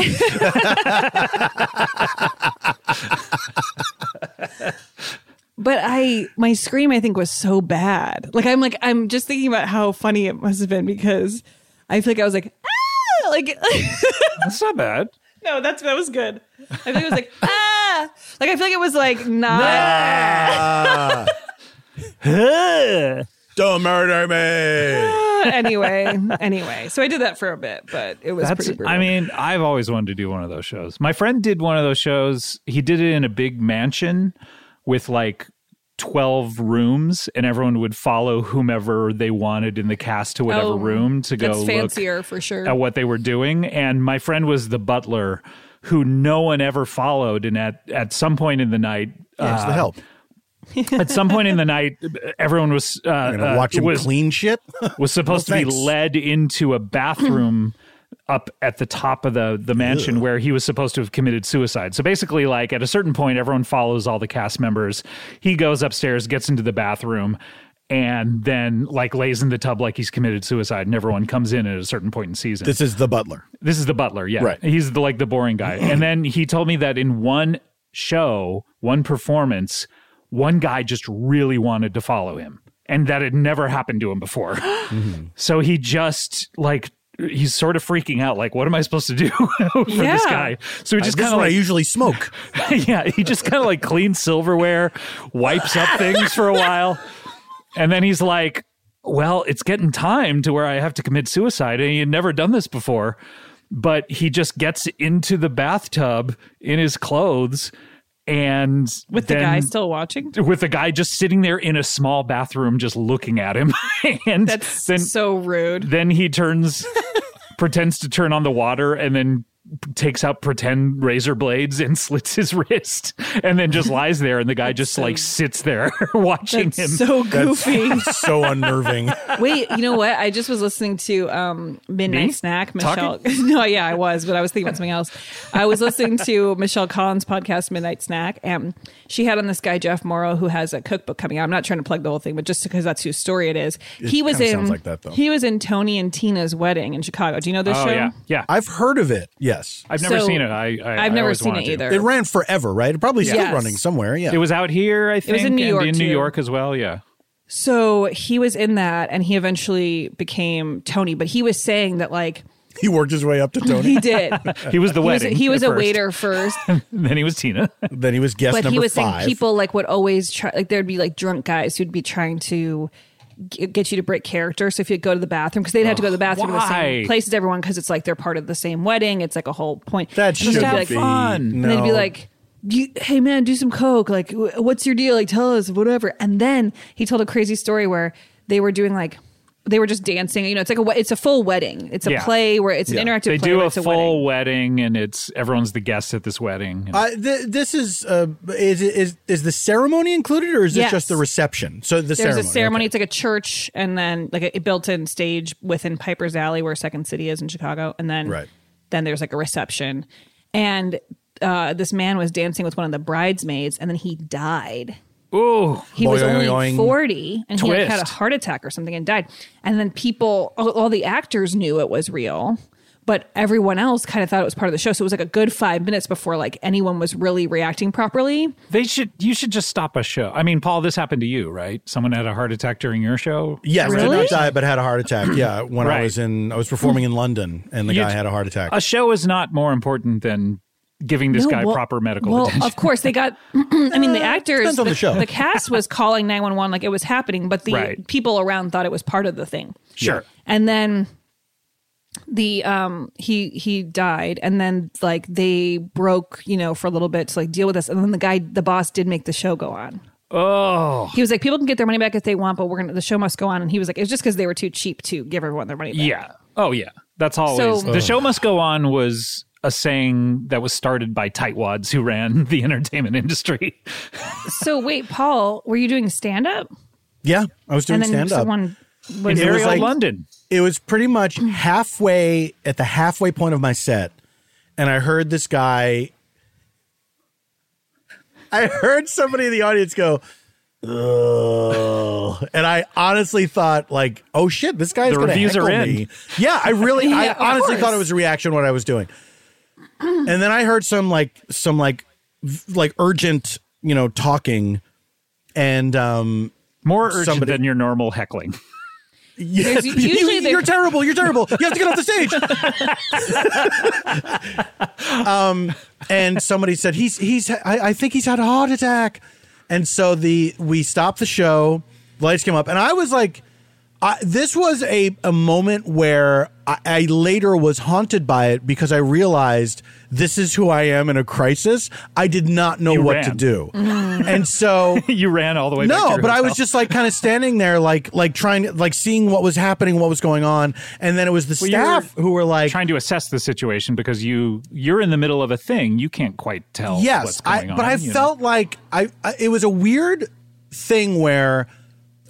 [SPEAKER 4] but I, my scream I think was so bad. Like I'm like I'm just thinking about how funny it must have been because I feel like I was like ah, like
[SPEAKER 2] That's not bad.
[SPEAKER 4] no, that's that was good. I think it was like ah, like I feel like it was like not.
[SPEAKER 1] Don't murder me.
[SPEAKER 4] anyway, anyway, so I did that for a bit, but it was
[SPEAKER 2] That's.
[SPEAKER 4] pretty. Brutal.
[SPEAKER 2] I mean, I've always wanted to do one of those shows. My friend did one of those shows. He did it in a big mansion with like. 12 rooms and everyone would follow whomever they wanted in the cast to whatever
[SPEAKER 4] Oh,
[SPEAKER 2] room to go
[SPEAKER 4] that's
[SPEAKER 2] look
[SPEAKER 4] fancier for sure.
[SPEAKER 2] at what they were doing. And my friend was the butler who no one ever followed. And at, at some point in the night,
[SPEAKER 1] That's the help.
[SPEAKER 2] uh, at some point in the night, everyone was uh,
[SPEAKER 1] I'm gonna
[SPEAKER 2] uh,
[SPEAKER 1] watch him
[SPEAKER 2] was,
[SPEAKER 1] clean shit.
[SPEAKER 2] was supposed
[SPEAKER 1] No,
[SPEAKER 2] to be
[SPEAKER 1] thanks.
[SPEAKER 2] led into a bathroom up at the top of the the mansion where he was supposed to have committed suicide. So basically like at a certain point everyone follows all the cast members. He goes upstairs, gets into the bathroom and then like lays in the tub like he's committed suicide and everyone comes in at a certain point in season
[SPEAKER 1] This is the butler.
[SPEAKER 2] this is the butler, yeah.
[SPEAKER 1] Right.
[SPEAKER 2] He's the like the boring guy. and then he told me that in one show, one performance, one guy just really wanted to follow him. And that had never happened to him before. So he just like he's sort of freaking out, like, what am I supposed to do for this
[SPEAKER 4] Yeah.
[SPEAKER 2] guy? So he
[SPEAKER 1] This
[SPEAKER 2] just
[SPEAKER 1] is
[SPEAKER 2] kind
[SPEAKER 1] what
[SPEAKER 2] of
[SPEAKER 1] I
[SPEAKER 2] like
[SPEAKER 1] usually smoke.
[SPEAKER 2] yeah, he just kind of like cleans silverware, wipes up things for a while, and then he's like, "Well, it's getting time to where I have to commit suicide." And he had never done this before, but he just gets into the bathtub in his clothes and
[SPEAKER 4] with the
[SPEAKER 2] then-
[SPEAKER 4] guy still watching.
[SPEAKER 2] with the guy just sitting there in a small bathroom, just looking at him, and
[SPEAKER 4] That's
[SPEAKER 2] then
[SPEAKER 4] so rude.
[SPEAKER 2] then he turns pretends to turn on the water and then takes out pretend razor blades and slits his wrist and then just lies there and the guy just like sits there watching him
[SPEAKER 4] That's so goofy.
[SPEAKER 1] so unnerving.
[SPEAKER 4] Wait, you know what? I just was listening to um, Midnight
[SPEAKER 2] Me?
[SPEAKER 4] Snack. Michelle. no, yeah, I was, but I was thinking about something else. I was listening to Michelle Collins' podcast, Midnight Snack, and she had on this guy Jeff Morrow who has a cookbook coming out. I'm not trying to plug the whole thing, but just because that's whose story it is. he was
[SPEAKER 1] kinda
[SPEAKER 4] in.
[SPEAKER 1] sounds like that, though.
[SPEAKER 4] He was in Tony and Tina's wedding in Chicago. Do you know this
[SPEAKER 2] oh
[SPEAKER 4] show?
[SPEAKER 2] yeah yeah I,
[SPEAKER 1] I've heard of it. Yes.
[SPEAKER 2] have never
[SPEAKER 4] So,
[SPEAKER 2] seen it i, I
[SPEAKER 4] I've
[SPEAKER 2] I
[SPEAKER 4] never
[SPEAKER 2] always
[SPEAKER 4] seen
[SPEAKER 2] wanted
[SPEAKER 4] it
[SPEAKER 2] to.
[SPEAKER 4] either.
[SPEAKER 1] It ran forever, right? It probably still
[SPEAKER 4] Yes.
[SPEAKER 1] running somewhere. Yeah.
[SPEAKER 2] it was out here i think
[SPEAKER 4] was in New
[SPEAKER 2] and
[SPEAKER 4] York,
[SPEAKER 2] in new
[SPEAKER 4] too.
[SPEAKER 2] york as well yeah
[SPEAKER 4] So he was in that, and he eventually became Tony. But he was saying that like
[SPEAKER 1] he worked his way up to Tony.
[SPEAKER 4] he did.
[SPEAKER 2] he was the
[SPEAKER 4] He was,
[SPEAKER 2] wedding
[SPEAKER 4] he was
[SPEAKER 2] at
[SPEAKER 4] a
[SPEAKER 2] first.
[SPEAKER 4] waiter first,
[SPEAKER 2] then he was tina
[SPEAKER 1] then he was guest
[SPEAKER 4] but
[SPEAKER 1] number
[SPEAKER 4] he was
[SPEAKER 1] five.
[SPEAKER 4] saying people like would always try like there'd be like drunk guys who'd be trying to g- get you to break character so if you'd go to the bathroom because they'd have to go to the bathroom in the
[SPEAKER 2] why?
[SPEAKER 4] same place as everyone because it's like they're part of the same wedding it's like a whole point
[SPEAKER 1] that
[SPEAKER 4] And they'd
[SPEAKER 1] should
[SPEAKER 4] be like,
[SPEAKER 1] be
[SPEAKER 2] fun.
[SPEAKER 4] and they'd be
[SPEAKER 1] no.
[SPEAKER 4] like you, hey man do some coke like wh- what's your deal like tell us whatever and then he told a crazy story where they were doing like they were just dancing you know it's like a we- it's a full wedding it's a
[SPEAKER 2] Yeah.
[SPEAKER 4] play where it's an interactive
[SPEAKER 2] they
[SPEAKER 4] play
[SPEAKER 2] do
[SPEAKER 4] where
[SPEAKER 2] a
[SPEAKER 4] it's a
[SPEAKER 2] full
[SPEAKER 4] wedding.
[SPEAKER 2] wedding. and it's everyone's the guest at this wedding and-
[SPEAKER 1] Uh, th- this is uh, is is is the ceremony included or is it
[SPEAKER 4] Yes.
[SPEAKER 1] just the reception? So the
[SPEAKER 4] There's
[SPEAKER 1] ceremony.
[SPEAKER 4] a ceremony.
[SPEAKER 1] okay.
[SPEAKER 4] It's like a church, and then like a, a built-in stage within Piper's Alley, where Second City is in Chicago, and then
[SPEAKER 1] Right.
[SPEAKER 4] then there's like a reception, and uh, this man was dancing with one of the bridesmaids, and then he died.
[SPEAKER 2] Ooh,
[SPEAKER 4] He was
[SPEAKER 1] Boing,
[SPEAKER 4] only
[SPEAKER 1] boing.
[SPEAKER 4] forty, and he like, had a
[SPEAKER 2] Twist.
[SPEAKER 4] heart attack or something and died. And then people, all, all the actors knew it was real. But everyone else kind of thought it was part of the show, so it was like a good five minutes before like anyone was really reacting properly.
[SPEAKER 2] they should. You should just stop a show. I mean, Paul, this happened to you, right? Someone had a heart attack during your show.
[SPEAKER 1] Yes,
[SPEAKER 4] Really?
[SPEAKER 1] did not die, but had a heart attack. Yeah, when I
[SPEAKER 2] Right.
[SPEAKER 1] was in, I was performing in London, and the
[SPEAKER 2] You-
[SPEAKER 1] guy had a heart attack.
[SPEAKER 2] a show is not more important than giving this
[SPEAKER 4] No,
[SPEAKER 2] guy
[SPEAKER 4] well-
[SPEAKER 2] proper medical
[SPEAKER 4] well,
[SPEAKER 2] attention.
[SPEAKER 4] of course they got. I mean, the actors,
[SPEAKER 1] depends on the show.
[SPEAKER 4] cast was calling nine one one like it was happening, but the
[SPEAKER 2] Right.
[SPEAKER 4] people around thought it was part of the thing.
[SPEAKER 2] Sure.
[SPEAKER 4] And then the um he he died, and then like they broke you know for a little bit to like deal with this, and then the guy the boss did make the show go on.
[SPEAKER 2] Oh,
[SPEAKER 4] He was like, people can get their money back if they want, but we're gonna the show must go on. And he was like, it was just because they were too cheap to give everyone their money back.
[SPEAKER 2] yeah. Oh, yeah. That's always
[SPEAKER 4] So-
[SPEAKER 2] the show must go on was a saying that was started by tightwads who ran the entertainment industry.
[SPEAKER 4] So wait, Paul, were you doing stand up?
[SPEAKER 1] yeah, I was doing
[SPEAKER 4] And then
[SPEAKER 1] stand up.
[SPEAKER 4] someone was
[SPEAKER 2] Ariel
[SPEAKER 1] like-
[SPEAKER 2] London.
[SPEAKER 1] it was pretty much
[SPEAKER 4] Mm.
[SPEAKER 1] halfway at the halfway point of my set, and I heard this guy. I heard somebody in the audience go, "Oh," and I honestly thought, like, "Oh shit, this guy's
[SPEAKER 2] The
[SPEAKER 1] going to
[SPEAKER 2] reviews
[SPEAKER 1] heckle
[SPEAKER 2] are in.
[SPEAKER 1] me." Yeah, I really,
[SPEAKER 4] Yeah, of
[SPEAKER 1] I honestly
[SPEAKER 4] course. Mm.
[SPEAKER 1] thought it was a reaction to what I was doing, and then I heard some like some like v- like urgent, you know, talking, and um,
[SPEAKER 2] More urgent
[SPEAKER 1] Somebody-
[SPEAKER 2] than your normal heckling.
[SPEAKER 1] Yes,
[SPEAKER 4] There's u-
[SPEAKER 1] you-
[SPEAKER 4] usually there-
[SPEAKER 1] you're terrible. You're terrible. You have to get off the stage. um, and somebody said he's he's I, I think he's had a heart attack, and so the we stopped the show. Lights came up, and I was like, I, this was a a moment where I, I later was haunted by it because I realized this is who I am in a crisis. I did not know
[SPEAKER 2] You
[SPEAKER 1] what
[SPEAKER 2] ran. Mm-hmm.
[SPEAKER 1] to do, and so
[SPEAKER 2] you ran all the way. back to
[SPEAKER 1] no,
[SPEAKER 2] your
[SPEAKER 1] but I
[SPEAKER 2] hotel.
[SPEAKER 1] was just like kind of standing there, like like trying to like seeing what was happening, what was going on, and then it was the
[SPEAKER 2] Well, you
[SPEAKER 1] staff
[SPEAKER 2] were
[SPEAKER 1] who were like,
[SPEAKER 2] trying to assess the situation because you you're in the middle of a thing. You can't quite tell. what's
[SPEAKER 1] "Yes," I,
[SPEAKER 2] going on,
[SPEAKER 1] but I
[SPEAKER 2] you know?
[SPEAKER 1] felt like I, I it was a weird thing where,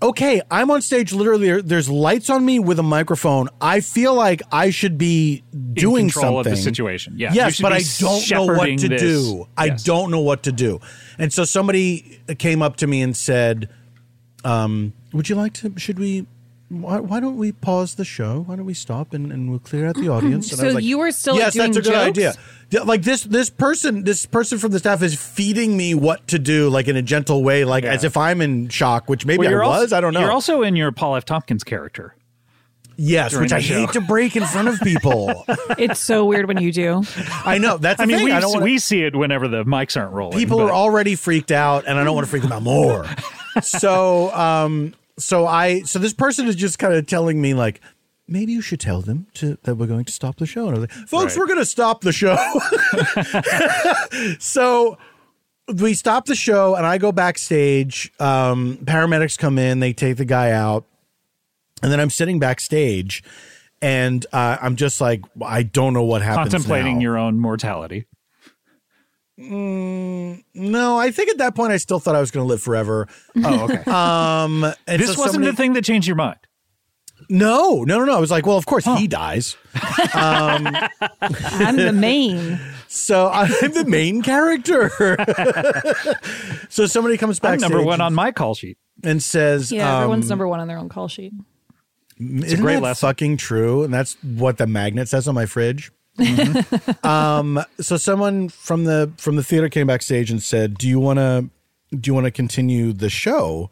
[SPEAKER 1] okay, I'm on stage, literally, there- there's lights on me with a microphone. I feel like I should be doing
[SPEAKER 2] control
[SPEAKER 1] something
[SPEAKER 2] of the situation. Yeah. You
[SPEAKER 1] yes,
[SPEAKER 2] should
[SPEAKER 1] but
[SPEAKER 2] be
[SPEAKER 1] I don't know what
[SPEAKER 2] shepherding
[SPEAKER 1] to
[SPEAKER 2] this.
[SPEAKER 1] do. I
[SPEAKER 2] Yes.
[SPEAKER 1] don't know what to do, and so somebody came up to me and said. Um, would you like to? Should we? Why, why don't we pause the show? Why don't we stop and, and we'll clear out the audience? And
[SPEAKER 4] So you were still, like,
[SPEAKER 1] yes, that's a good
[SPEAKER 4] doing jokes?
[SPEAKER 1] idea. Yeah, Like this, this person, this person from the staff is feeding me what to do, like in a gentle way, like as if I'm in shock, which maybe
[SPEAKER 2] Well,
[SPEAKER 1] I
[SPEAKER 2] you're
[SPEAKER 1] was.
[SPEAKER 2] also-
[SPEAKER 1] I don't know.
[SPEAKER 2] You're also in your Paul F. Tompkins character.
[SPEAKER 1] yes,
[SPEAKER 2] during
[SPEAKER 1] which I
[SPEAKER 2] the show.
[SPEAKER 1] hate to break in front of people.
[SPEAKER 4] It's so weird when you do.
[SPEAKER 1] I know that's.
[SPEAKER 2] I mean, we
[SPEAKER 1] I don't wanna-
[SPEAKER 2] we see it whenever the mics aren't rolling.
[SPEAKER 1] people
[SPEAKER 2] but-
[SPEAKER 1] are already freaked out and i don't want to freak them out more so um so i so this person is just kind of telling me like maybe you should tell them to that we're going to stop the show and i was like folks
[SPEAKER 2] Right.
[SPEAKER 1] we're going to stop the show so we stop the show and i go backstage um paramedics come in they take the guy out and then i'm sitting backstage and uh, i'm just like i don't know what happens
[SPEAKER 2] contemplating
[SPEAKER 1] now.
[SPEAKER 2] your own mortality.
[SPEAKER 1] no i think at that point i still thought i was going to live forever
[SPEAKER 2] Oh, okay.
[SPEAKER 1] Um, and
[SPEAKER 2] this
[SPEAKER 1] so
[SPEAKER 2] wasn't
[SPEAKER 1] somebody-
[SPEAKER 2] the thing that changed your mind.
[SPEAKER 1] No, no, no, no. I was like, well, of course he dies.
[SPEAKER 4] I'm the main.
[SPEAKER 1] So I'm the main character. so somebody comes
[SPEAKER 2] I'm
[SPEAKER 1] back
[SPEAKER 2] number one on my call sheet.
[SPEAKER 1] and says,
[SPEAKER 4] Yeah,
[SPEAKER 1] um,
[SPEAKER 4] everyone's number one on their own call sheet.
[SPEAKER 1] It's Isn't
[SPEAKER 2] great
[SPEAKER 1] that
[SPEAKER 2] lesson.
[SPEAKER 1] fucking true? And that's what the magnet says on my fridge. um, so someone from the from the theater came backstage and said, "Do you want to do you want to continue the show?"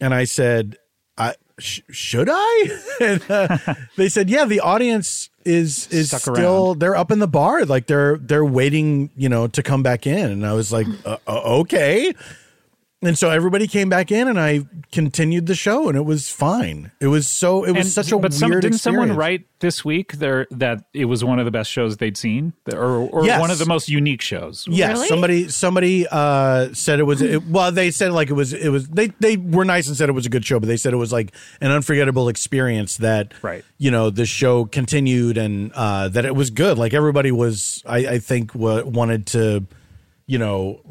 [SPEAKER 1] And I said, "I sh- should I?" and, uh, they said, "Yeah, the audience is is
[SPEAKER 2] Stuck
[SPEAKER 1] still they're up in the bar, like they're they're waiting, you know, to come back in." And I was like, uh, uh, "Okay." And so everybody came back in, and I continued the show, and it was fine. It was so it was
[SPEAKER 2] And-
[SPEAKER 1] such a
[SPEAKER 2] but
[SPEAKER 1] weird.
[SPEAKER 2] some, didn't someone
[SPEAKER 1] experience.
[SPEAKER 2] write this week there that it was one of the best shows they'd seen, or or
[SPEAKER 1] Yes.
[SPEAKER 2] one of the most unique shows?
[SPEAKER 1] Yes,
[SPEAKER 4] Really?
[SPEAKER 1] somebody somebody uh, said it was. It, well, they said like it was. It was. They they were nice and said it was a good show, but they said it was like an unforgettable experience. That
[SPEAKER 2] Right.
[SPEAKER 1] You know, the show continued and uh, that it was good. Like everybody was. I, I think wa- wanted to. You know,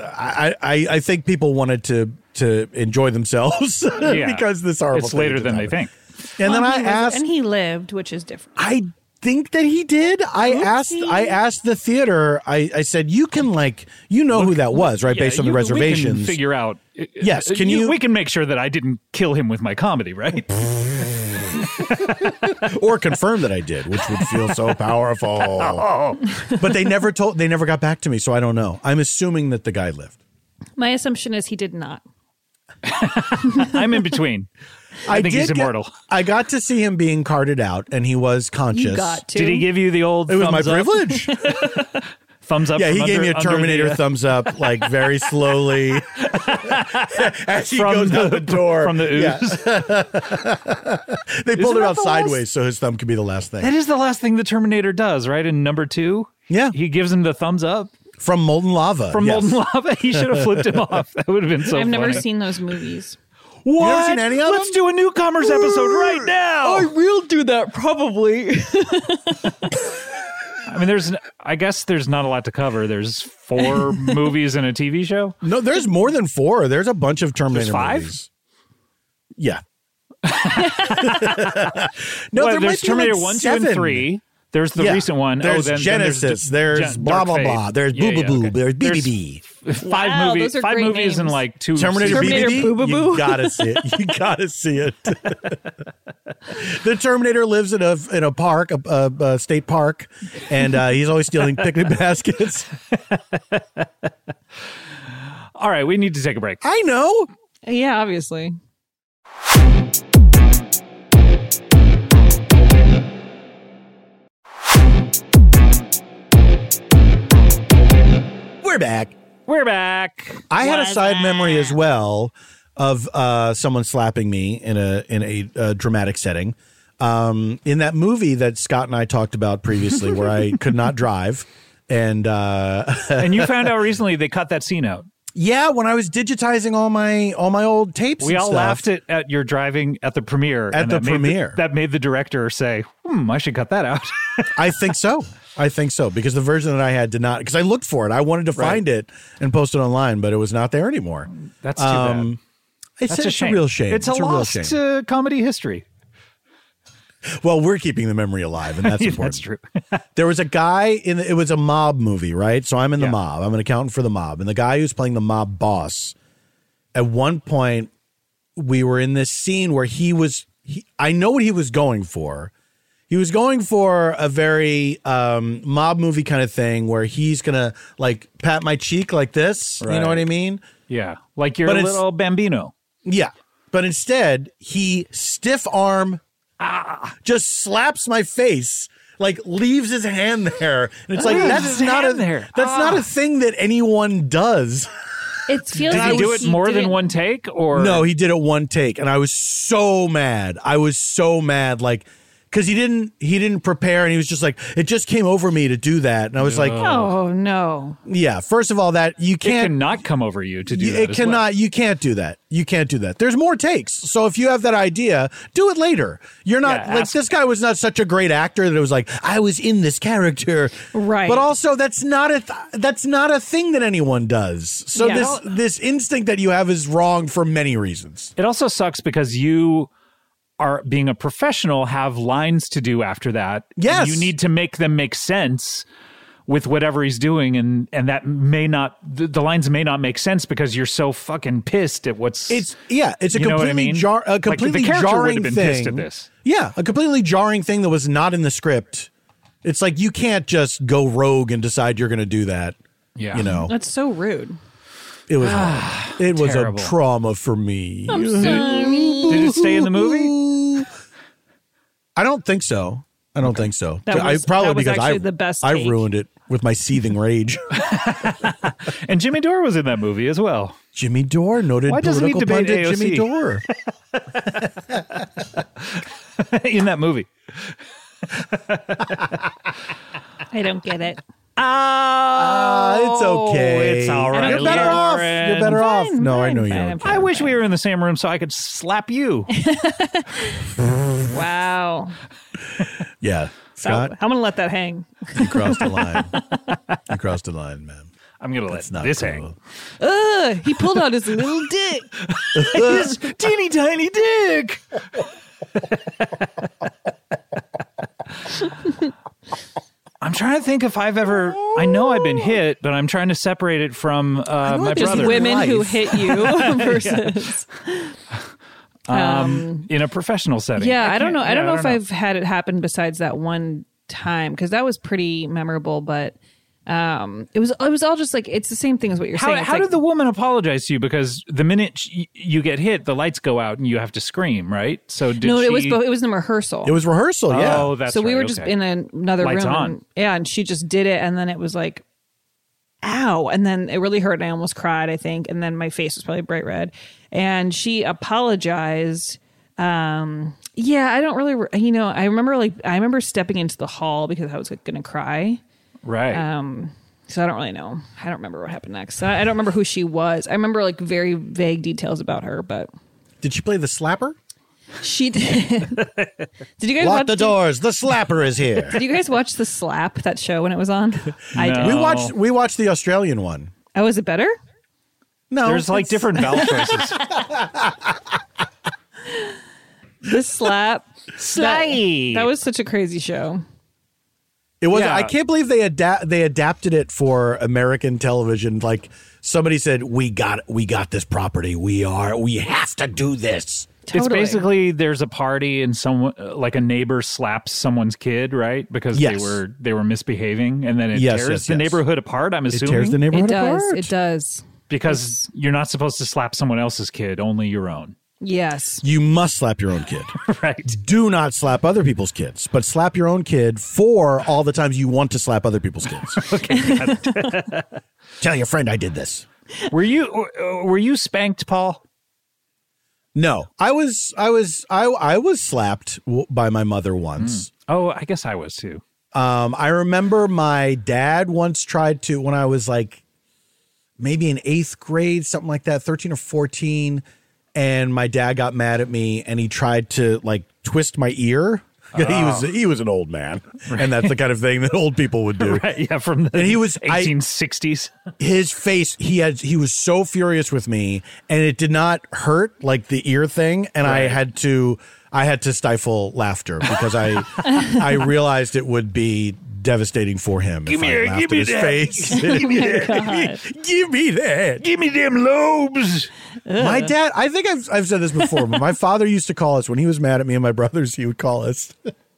[SPEAKER 1] I, I I think people wanted to to enjoy themselves
[SPEAKER 2] Yeah.
[SPEAKER 1] because this horrible.
[SPEAKER 2] It's
[SPEAKER 1] thing
[SPEAKER 2] later
[SPEAKER 1] just
[SPEAKER 2] than they
[SPEAKER 1] happened.
[SPEAKER 2] think.
[SPEAKER 1] And then
[SPEAKER 4] Well,
[SPEAKER 1] I
[SPEAKER 4] he was-
[SPEAKER 1] asked.
[SPEAKER 4] and he lived, which is different.
[SPEAKER 1] I think that he did. I asked. I asked the theater. I, I said, "You can like, you know who that was, right?
[SPEAKER 2] Yeah,
[SPEAKER 1] Based on
[SPEAKER 2] you-
[SPEAKER 1] the
[SPEAKER 2] we can
[SPEAKER 1] reservations."
[SPEAKER 2] figure out. uh,
[SPEAKER 1] Yes, can you-
[SPEAKER 2] We can make sure that I didn't kill him with my comedy, right?
[SPEAKER 1] or confirm that I did, which would feel so powerful. But they never told. They never got back to me, so I don't know. I'm assuming that the guy lived.
[SPEAKER 4] My assumption is he did not.
[SPEAKER 2] I'm in between. I, think he's
[SPEAKER 1] did get-
[SPEAKER 2] immortal.
[SPEAKER 1] I got to see him being carted out, and he was conscious.
[SPEAKER 4] You got to.
[SPEAKER 2] Did he give you the old?
[SPEAKER 1] it was
[SPEAKER 2] thumbs
[SPEAKER 1] my
[SPEAKER 2] up?
[SPEAKER 1] privilege.
[SPEAKER 2] Thumbs up.
[SPEAKER 1] Yeah, he
[SPEAKER 2] from
[SPEAKER 1] gave
[SPEAKER 2] under-
[SPEAKER 1] me a
[SPEAKER 2] under the,
[SPEAKER 1] Terminator
[SPEAKER 2] uh,
[SPEAKER 1] thumbs up, like very slowly, as he
[SPEAKER 2] from
[SPEAKER 1] goes out the door
[SPEAKER 2] from the ooze.
[SPEAKER 1] Yeah. They pulled
[SPEAKER 2] Isn't
[SPEAKER 1] him
[SPEAKER 2] that
[SPEAKER 1] out
[SPEAKER 2] the last-
[SPEAKER 1] sideways so his thumb could be the last thing.
[SPEAKER 2] That is the last thing the Terminator does, right? In number two,
[SPEAKER 1] Yeah.
[SPEAKER 2] he gives him the thumbs up
[SPEAKER 1] From molten lava.
[SPEAKER 2] from
[SPEAKER 1] yes.
[SPEAKER 2] molten lava. He should have flipped him off. That would have been so.
[SPEAKER 4] I've never
[SPEAKER 2] funny.
[SPEAKER 4] seen those movies.
[SPEAKER 2] What?
[SPEAKER 1] never seen any of
[SPEAKER 2] Let's
[SPEAKER 1] them?
[SPEAKER 2] do a newcomers episode right now.
[SPEAKER 3] we'll do that probably.
[SPEAKER 2] I mean, there's. I guess there's not a lot to cover. There's four movies and a TV show.
[SPEAKER 1] No, there's more than four. There's a bunch of Terminator
[SPEAKER 2] There's five?
[SPEAKER 1] movies. Yeah. no,
[SPEAKER 2] Well,
[SPEAKER 1] there
[SPEAKER 2] there's
[SPEAKER 1] might be
[SPEAKER 2] Terminator
[SPEAKER 1] like
[SPEAKER 2] one,
[SPEAKER 1] seven.
[SPEAKER 2] two, and three. There's the
[SPEAKER 1] Yeah.
[SPEAKER 2] recent one.
[SPEAKER 1] There's
[SPEAKER 2] oh, then,
[SPEAKER 1] Genesis.
[SPEAKER 2] Then
[SPEAKER 1] there's,
[SPEAKER 2] there's, Gen-
[SPEAKER 1] blah
[SPEAKER 2] Dark
[SPEAKER 1] blah
[SPEAKER 2] Fate.
[SPEAKER 1] blah. There's
[SPEAKER 2] Yeah,
[SPEAKER 1] boo boo
[SPEAKER 2] yeah,
[SPEAKER 1] boo.
[SPEAKER 2] okay.
[SPEAKER 1] There's
[SPEAKER 2] There's
[SPEAKER 1] BBB.
[SPEAKER 2] Five
[SPEAKER 4] Wow,
[SPEAKER 2] movies.
[SPEAKER 4] those are
[SPEAKER 2] Five
[SPEAKER 4] great
[SPEAKER 2] movies and
[SPEAKER 4] names.
[SPEAKER 2] like two.
[SPEAKER 1] Terminator,
[SPEAKER 2] seasons.
[SPEAKER 1] BBB.
[SPEAKER 4] Terminator boo boo
[SPEAKER 1] You
[SPEAKER 4] boo.
[SPEAKER 1] gotta see it. You gotta see it. the Terminator lives in a in a park, a, a, a state park, and uh, he's always stealing picnic baskets.
[SPEAKER 2] All right, we need to take a break.
[SPEAKER 1] I know.
[SPEAKER 4] Yeah, obviously.
[SPEAKER 1] We're back.
[SPEAKER 2] We're back.
[SPEAKER 1] I had a side memory as well of uh, someone slapping me in a in a, uh dramatic setting. Um, in that movie that Scott and I talked about previously, where I could not drive, and uh,
[SPEAKER 2] and you found out recently they cut that scene out.
[SPEAKER 1] yeah, when I was digitizing all my all my old tapes,
[SPEAKER 2] We
[SPEAKER 1] and
[SPEAKER 2] all
[SPEAKER 1] stuff,
[SPEAKER 2] laughed at, at your driving at the premiere.
[SPEAKER 1] At the
[SPEAKER 2] that made
[SPEAKER 1] premiere.
[SPEAKER 2] that made the director say, hmm, I should cut that out.
[SPEAKER 1] I think so. I think so because the version that I had did not. Because I looked for it, I wanted to find it and post it online, but it was not there anymore.
[SPEAKER 2] That's too bad.
[SPEAKER 1] It's,
[SPEAKER 2] That's
[SPEAKER 1] it's a,
[SPEAKER 2] a shame.
[SPEAKER 1] real shame.
[SPEAKER 2] Um, It's a, uh,
[SPEAKER 1] real
[SPEAKER 2] loss
[SPEAKER 1] shame.
[SPEAKER 2] to comedy history.
[SPEAKER 1] well, we're keeping the memory alive, and that's
[SPEAKER 2] Yeah,
[SPEAKER 1] important.
[SPEAKER 2] That's true.
[SPEAKER 1] There was a guy in the, it was a mob movie, right? So I'm in the
[SPEAKER 2] Yeah.
[SPEAKER 1] mob. I'm an accountant for the mob, and the guy who's playing the mob boss at one point we were in this scene where he was he, I know what he was going for. He was going for a very um, mob movie kind of thing where he's gonna like pat my cheek like this. You know
[SPEAKER 2] Right.
[SPEAKER 1] what I mean?
[SPEAKER 2] Yeah, like you're
[SPEAKER 1] But
[SPEAKER 2] a
[SPEAKER 1] it's-
[SPEAKER 2] little bambino.
[SPEAKER 1] Yeah. But instead, he stiff arm just slaps my face, like leaves his hand there. And it's like
[SPEAKER 2] Leaves
[SPEAKER 1] that's
[SPEAKER 2] his
[SPEAKER 1] not a
[SPEAKER 2] hand there.
[SPEAKER 1] that's not a thing that anyone does.
[SPEAKER 4] It feels
[SPEAKER 2] Did
[SPEAKER 4] like
[SPEAKER 2] he do it more than
[SPEAKER 4] didn't-
[SPEAKER 2] one take? Or
[SPEAKER 1] No, he did it one take and I was so mad. I was so mad like cuz he didn't he didn't prepare and he was just like it just came over me to do that. And I was like,
[SPEAKER 4] Oh no.
[SPEAKER 1] yeah, first of all that you
[SPEAKER 2] it
[SPEAKER 1] can't
[SPEAKER 2] cannot come over you to do
[SPEAKER 1] you-
[SPEAKER 2] that.
[SPEAKER 1] it
[SPEAKER 2] as well.
[SPEAKER 1] cannot you can't do that you can't do that there's more takes so if you have that idea do it later you're not
[SPEAKER 2] Yeah,
[SPEAKER 1] like
[SPEAKER 2] ask-
[SPEAKER 1] this guy was not such a great actor that it was like i was in this character
[SPEAKER 4] Right.
[SPEAKER 1] but also that's not a th- that's not a thing that anyone does so
[SPEAKER 4] Yeah.
[SPEAKER 1] this this instinct that you have is wrong for many reasons
[SPEAKER 2] It also sucks because you are being a professional have lines to do after that. and
[SPEAKER 1] Yes.
[SPEAKER 2] you need to make them make sense with whatever he's doing, and and that may not the, the lines may not make sense because you're so fucking pissed at what's
[SPEAKER 1] it's yeah it's a
[SPEAKER 2] You know what I
[SPEAKER 1] completely
[SPEAKER 2] mean?
[SPEAKER 1] jar a
[SPEAKER 2] Like, the
[SPEAKER 1] completely
[SPEAKER 2] character would have
[SPEAKER 1] jarring
[SPEAKER 2] been
[SPEAKER 1] thing
[SPEAKER 2] pissed at this.
[SPEAKER 1] yeah a completely jarring thing that was not in the script it's like you can't just go rogue and decide you're going to do that
[SPEAKER 2] Yeah.
[SPEAKER 1] you know
[SPEAKER 4] That's so rude.
[SPEAKER 1] It was hard. it was
[SPEAKER 2] Ah, terrible.
[SPEAKER 1] a trauma for me.
[SPEAKER 2] Did it, did it stay in the movie?
[SPEAKER 1] I don't think so. I don't think so.
[SPEAKER 4] That
[SPEAKER 1] I,
[SPEAKER 4] was-
[SPEAKER 1] probably
[SPEAKER 4] that was
[SPEAKER 1] because I
[SPEAKER 4] actually the best
[SPEAKER 1] I
[SPEAKER 4] take.
[SPEAKER 1] ruined it with my seething rage.
[SPEAKER 2] And Jimmy Dore was in that movie as well.
[SPEAKER 1] Jimmy Dore, noted
[SPEAKER 2] Why doesn't he
[SPEAKER 1] political
[SPEAKER 2] debate
[SPEAKER 1] pundit
[SPEAKER 2] AOC?
[SPEAKER 1] Jimmy Dore. Uh,
[SPEAKER 2] in that movie.
[SPEAKER 4] I don't get it.
[SPEAKER 2] Uh,
[SPEAKER 1] Ah, it's okay.
[SPEAKER 2] Oh, it's all right,
[SPEAKER 1] You're better off. You're
[SPEAKER 2] Lauren.
[SPEAKER 1] better off.
[SPEAKER 4] Fine,
[SPEAKER 1] no, I
[SPEAKER 4] fine,
[SPEAKER 1] know you.
[SPEAKER 4] fine,
[SPEAKER 1] don't
[SPEAKER 4] I'm
[SPEAKER 1] care.
[SPEAKER 2] I wish we were in the same room so I could slap you.
[SPEAKER 4] Wow.
[SPEAKER 1] Yeah, Scott,
[SPEAKER 4] So, I'm gonna let that hang.
[SPEAKER 1] you crossed the line. you crossed the line, man.
[SPEAKER 2] I'm gonna let
[SPEAKER 1] It's not
[SPEAKER 2] this
[SPEAKER 1] cool.
[SPEAKER 2] hang.
[SPEAKER 4] Ugh, he pulled out his little dick.
[SPEAKER 2] His teeny tiny dick. I'm trying to think if I've ever. I know I've been hit, but I'm trying to separate it from uh, my
[SPEAKER 1] I've been
[SPEAKER 4] Just
[SPEAKER 2] brother
[SPEAKER 4] women who
[SPEAKER 1] Life.
[SPEAKER 4] hit you versus
[SPEAKER 2] um, in a professional setting.
[SPEAKER 4] um, Yeah, I, don't
[SPEAKER 2] can't-
[SPEAKER 4] know.
[SPEAKER 2] yeah,
[SPEAKER 4] I don't know if
[SPEAKER 2] know.
[SPEAKER 4] I've had it happen besides that one time because that was pretty memorable. But um, it was it was all just like it's the same thing as what you're
[SPEAKER 2] How,
[SPEAKER 4] saying. It's
[SPEAKER 2] how
[SPEAKER 4] like,
[SPEAKER 2] did the woman apologize to you? Because the minute she, you get hit, the lights go out and you have to scream, right? So did
[SPEAKER 4] no?
[SPEAKER 2] she,
[SPEAKER 4] It was bo- it was in a rehearsal.
[SPEAKER 1] It was rehearsal.
[SPEAKER 2] Oh,
[SPEAKER 1] yeah,
[SPEAKER 2] that's
[SPEAKER 4] so we
[SPEAKER 2] right,
[SPEAKER 4] were just
[SPEAKER 2] okay.
[SPEAKER 4] in another
[SPEAKER 2] Lights
[SPEAKER 4] room.
[SPEAKER 2] on.
[SPEAKER 4] And, yeah, and she just did it, and then it was like, ow, and then it really hurt, and I almost cried. I think, and then my face was probably bright red, and she apologized. Um, yeah, I don't really, re- you know, I remember like I remember stepping into the hall because I was like, gonna cry.
[SPEAKER 2] right.
[SPEAKER 4] Um, so I don't really know. I don't remember what happened next. I I don't remember who she was. I remember like very vague details about her, but
[SPEAKER 1] did she play the slapper?
[SPEAKER 4] she did. did you guys watch
[SPEAKER 1] Lock the doors. The slapper is here.
[SPEAKER 4] Did you guys watch the Slap that show when it was on? I
[SPEAKER 2] No.
[SPEAKER 4] did.
[SPEAKER 1] We
[SPEAKER 2] Oh.
[SPEAKER 1] watched we watched the Australian one.
[SPEAKER 4] Oh, is it better?
[SPEAKER 1] No,
[SPEAKER 2] There's like
[SPEAKER 1] it's-
[SPEAKER 2] different vowel choices.
[SPEAKER 4] The Slap.
[SPEAKER 2] Slay.
[SPEAKER 4] That was such a crazy show.
[SPEAKER 1] It was.
[SPEAKER 2] Yeah.
[SPEAKER 1] I can't believe they adapt. They adapted it for American television. Like somebody said, we got we got this property. We are. We have to do this.
[SPEAKER 2] It's
[SPEAKER 4] Totally.
[SPEAKER 2] basically there's a party and someone like a neighbor slaps someone's kid, right? Because
[SPEAKER 1] Yes.
[SPEAKER 2] they were they were misbehaving, and then it
[SPEAKER 1] Yes,
[SPEAKER 2] tears
[SPEAKER 1] yes,
[SPEAKER 2] the
[SPEAKER 1] yes.
[SPEAKER 2] neighborhood apart. I'm
[SPEAKER 1] It
[SPEAKER 2] assuming
[SPEAKER 1] tears the
[SPEAKER 4] It
[SPEAKER 1] neighborhood
[SPEAKER 4] does.
[SPEAKER 1] apart.
[SPEAKER 4] It does.
[SPEAKER 2] because you're not supposed to slap someone else's kid, only your own,
[SPEAKER 4] Yes.
[SPEAKER 1] You must slap your own kid.
[SPEAKER 2] right?
[SPEAKER 1] do not slap other people's kids, but slap your own kid for all the times you want to slap other people's kids. okay. Tell your friend I did this.
[SPEAKER 2] Were you uh, were you spanked, Paul?
[SPEAKER 1] No, I was I was I I was slapped w- by my mother
[SPEAKER 4] Hmm.
[SPEAKER 1] once.
[SPEAKER 2] Oh, I guess I was too.
[SPEAKER 1] Um, I remember my dad once tried to when I was like maybe in eighth grade, something like that, thirteen or fourteen, and my dad got mad at me and he tried to like twist my ear. He was he was an old man, and that's the kind of thing that old people would do.
[SPEAKER 2] Right? Yeah, from the
[SPEAKER 1] And he was- I-
[SPEAKER 2] 1860s.
[SPEAKER 1] His face, he had he was so furious with me, and it did not hurt like the ear thing, and I had to I had to stifle laughter because I I realized it would be devastating for him. Give
[SPEAKER 2] me- give me that.
[SPEAKER 1] give me that. give me that.
[SPEAKER 2] Give me them lobes.
[SPEAKER 1] My dad, I think I've, I've said this before, but my father used to call us when he was mad at me and my brothers, he would call us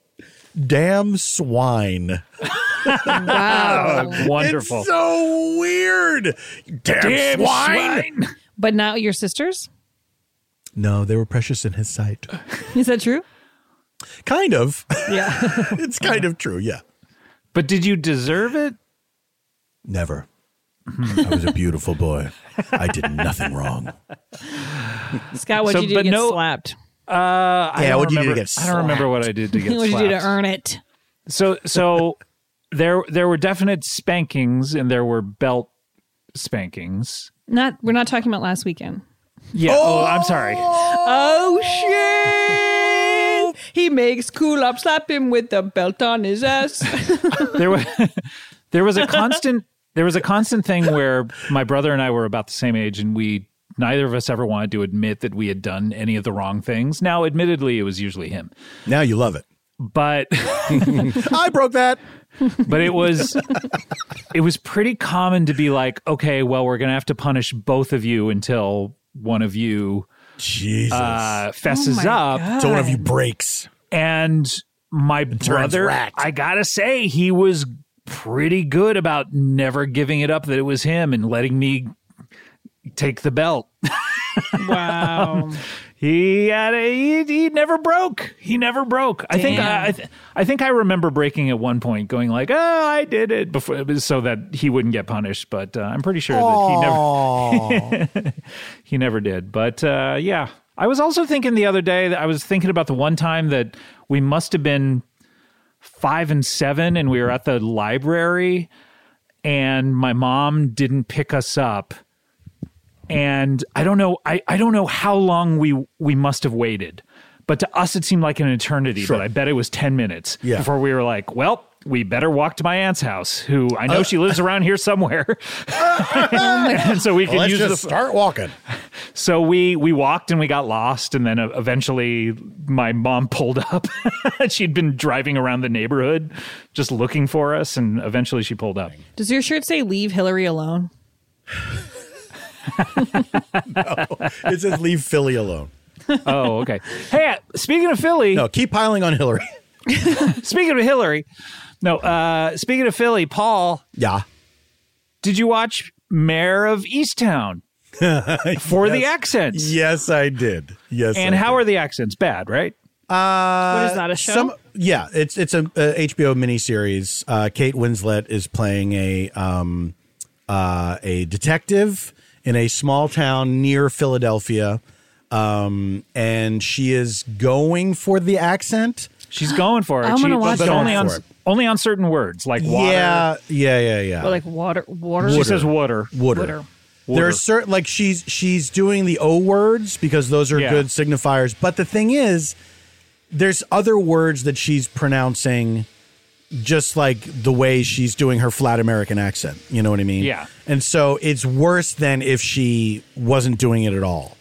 [SPEAKER 1] damn swine.
[SPEAKER 4] Wow.
[SPEAKER 2] Wonderful.
[SPEAKER 1] It's so weird. Damn, swine.
[SPEAKER 4] but not your sisters?
[SPEAKER 1] No, they were precious in his sight.
[SPEAKER 4] Is that true?
[SPEAKER 1] Kind of.
[SPEAKER 4] Yeah.
[SPEAKER 1] it's kind of true. Yeah.
[SPEAKER 2] But did you deserve it?
[SPEAKER 1] Never. I was a beautiful boy. I did nothing wrong.
[SPEAKER 4] Scott, what'd
[SPEAKER 2] So,
[SPEAKER 4] you do
[SPEAKER 2] but
[SPEAKER 4] to get
[SPEAKER 2] no-
[SPEAKER 4] slapped?
[SPEAKER 2] Uh, I
[SPEAKER 1] Yeah,
[SPEAKER 2] don't
[SPEAKER 1] what'd you do to
[SPEAKER 2] remember-
[SPEAKER 1] get
[SPEAKER 2] I don't remember what I did to get
[SPEAKER 4] What'd you do to
[SPEAKER 2] slapped.
[SPEAKER 4] earn it?
[SPEAKER 2] So so there there were definite spankings and there were belt spankings.
[SPEAKER 4] Not we're not talking about last weekend.
[SPEAKER 2] Yeah. Oh, I'm sorry.
[SPEAKER 4] Oh shit! He makes cool up slap him with the belt on his ass.
[SPEAKER 2] There was there was a constant there was a constant thing where my brother and I were about the same age and we neither of us ever wanted to admit that we had done any of the wrong things. Now admittedly it was usually him.
[SPEAKER 1] Now you love it.
[SPEAKER 2] But
[SPEAKER 1] I broke that.
[SPEAKER 2] but it was it was pretty common to be like, okay, well we're going to have to punish both of you until one of you
[SPEAKER 1] Jesus.
[SPEAKER 2] uh, fesses up.
[SPEAKER 1] so one of you breaks.
[SPEAKER 2] and my brother
[SPEAKER 1] racked.
[SPEAKER 2] i gotta say he was pretty good about never giving it up that it was him and letting me take the belt
[SPEAKER 4] wow.
[SPEAKER 2] he had a, he, he never broke he never broke i think I, I, th- I think i remember breaking at one point going like oh i did it before so that he wouldn't get punished but uh, i'm pretty sure that he never he never did. But uh, yeah, I was also thinking the other day that I was thinking about the one time that we must have been five and seven, and we were at the library, and my mom didn't pick us up, and I don't know, I, I don't know how long we we must have waited, but to us it seemed like an eternity.
[SPEAKER 1] Sure.
[SPEAKER 2] But I bet it was ten minutes
[SPEAKER 1] Yeah.
[SPEAKER 2] before we were like, well. We better walk to my aunt's house, who I
[SPEAKER 1] Uh,
[SPEAKER 2] know she lives around here somewhere. and so we can
[SPEAKER 1] Let's
[SPEAKER 2] use
[SPEAKER 1] just
[SPEAKER 2] the
[SPEAKER 1] start walking.
[SPEAKER 2] so we we walked and we got lost, and then uh, eventually my mom pulled up. She'd been driving around the neighborhood just looking for us, and eventually she pulled up.
[SPEAKER 4] Does your shirt say leave Hillary alone?
[SPEAKER 1] It says leave Philly alone.
[SPEAKER 2] Oh, okay. hey, speaking of Philly,
[SPEAKER 1] No, keep piling on Hillary.
[SPEAKER 2] speaking of Hillary, no, uh, speaking of Philly, Paul,
[SPEAKER 1] Yeah.
[SPEAKER 2] did you watch Mayor of Easttown for the accents?
[SPEAKER 1] Yes, I did. Yes.
[SPEAKER 2] And
[SPEAKER 1] I
[SPEAKER 2] how
[SPEAKER 1] did.
[SPEAKER 2] are the accents? Bad, right?
[SPEAKER 4] what is that a show?
[SPEAKER 1] yeah, it's it's a, a HBO miniseries. Uh, Kate Winslet is playing a um, uh, a detective in a small town near Philadelphia, um, and she is going for the accent.
[SPEAKER 2] She's going for it.
[SPEAKER 4] I'm gonna watch
[SPEAKER 2] but
[SPEAKER 4] that.
[SPEAKER 2] only on
[SPEAKER 1] Going for it.
[SPEAKER 2] only on certain words like water.
[SPEAKER 1] Yeah, yeah, yeah, yeah.
[SPEAKER 4] Or like water water.
[SPEAKER 2] She says water.
[SPEAKER 1] Wooder.
[SPEAKER 4] Wooder.
[SPEAKER 1] There are certain like she's she's doing the O words because those are
[SPEAKER 2] Yeah.
[SPEAKER 1] good signifiers. But the thing is, there's other words that she's pronouncing just like the way she's doing her flat American accent. You know what I mean?
[SPEAKER 2] Yeah.
[SPEAKER 1] And so it's worse than if she wasn't doing it at all.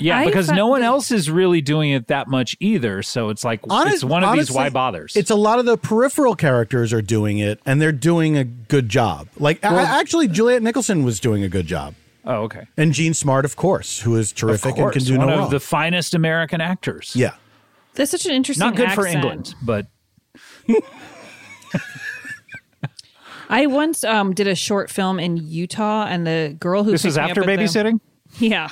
[SPEAKER 2] Yeah,
[SPEAKER 4] I
[SPEAKER 2] because
[SPEAKER 4] found
[SPEAKER 2] no one
[SPEAKER 4] that-
[SPEAKER 2] else is really doing it that much either. So it's like it's
[SPEAKER 1] Honest-
[SPEAKER 2] one of these
[SPEAKER 1] honestly,
[SPEAKER 2] why bothers.
[SPEAKER 1] It's a lot of the peripheral characters are doing it and they're doing a good job. Like a- actually Juliet Nicholson was doing a good job.
[SPEAKER 2] oh okay.
[SPEAKER 1] And Gene Smart, of course, who is
[SPEAKER 2] Of
[SPEAKER 1] terrific and
[SPEAKER 2] course,
[SPEAKER 1] can do
[SPEAKER 2] one
[SPEAKER 1] no
[SPEAKER 2] of
[SPEAKER 1] wrong.
[SPEAKER 2] the finest American actors.
[SPEAKER 1] yeah.
[SPEAKER 4] That's such an interesting
[SPEAKER 2] not good for
[SPEAKER 4] accent.
[SPEAKER 2] England, but
[SPEAKER 4] I once um, did a short film in Utah, and the girl who
[SPEAKER 2] this
[SPEAKER 4] picked
[SPEAKER 2] is
[SPEAKER 4] me
[SPEAKER 2] after
[SPEAKER 4] up at the-
[SPEAKER 2] babysitting.
[SPEAKER 4] yeah,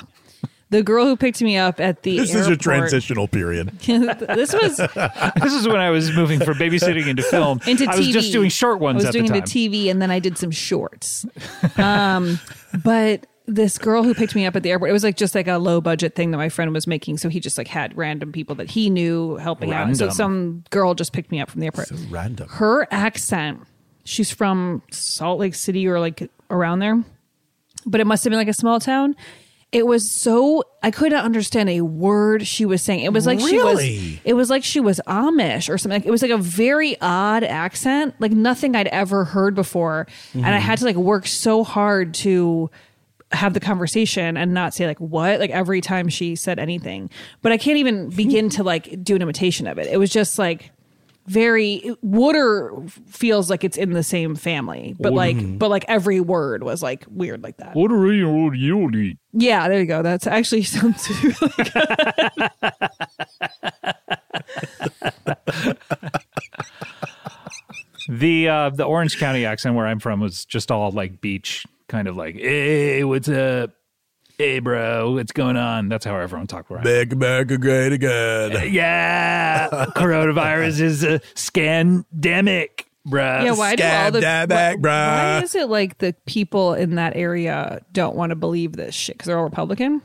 [SPEAKER 4] the girl who picked me up at the
[SPEAKER 1] This is a
[SPEAKER 4] airport-
[SPEAKER 1] transitional period.
[SPEAKER 4] this was
[SPEAKER 2] this is when I was moving from babysitting into film.
[SPEAKER 4] into TV.
[SPEAKER 2] I was just doing short
[SPEAKER 4] I
[SPEAKER 2] ones
[SPEAKER 4] was
[SPEAKER 2] at
[SPEAKER 4] doing
[SPEAKER 2] the time.
[SPEAKER 4] TV, and then I did some shorts. Um, but this girl who picked me up at the airport, it was like just like a low budget thing that my friend was making. So he just like had random people that he knew helping out. So
[SPEAKER 2] Random.
[SPEAKER 4] some girl just picked me up from the airport.
[SPEAKER 1] Random.
[SPEAKER 4] her accent she's from salt lake city or like around there but it must have been like a small town it was so i could not understand a word she was saying it was like she was
[SPEAKER 1] Really?
[SPEAKER 4] it was like she was amish or something like, it was like a very odd accent like nothing i'd ever heard before and i had to like work so hard to have the conversation and not say like what like every time she said anything but i can't even begin to like do an imitation of it it was just like very water feels like it's in the same family, but like but like every word was like weird like that.
[SPEAKER 2] What are you? What you eat?
[SPEAKER 4] Yeah, there you go. That's actually sounds really good.
[SPEAKER 2] The uh, the Orange County accent where I'm from was just all like beach, kind of like, hey, what's up? Hey, bro, what's going on? That's how everyone talked where I'm.
[SPEAKER 1] Make America great again.
[SPEAKER 2] Yeah, coronavirus is a scandemic, bruh.
[SPEAKER 4] Yeah, why do all the
[SPEAKER 1] Stab that back,
[SPEAKER 4] why,
[SPEAKER 1] bruh.
[SPEAKER 4] why is it like the people in that area don't want to believe this shit because they're all Republican?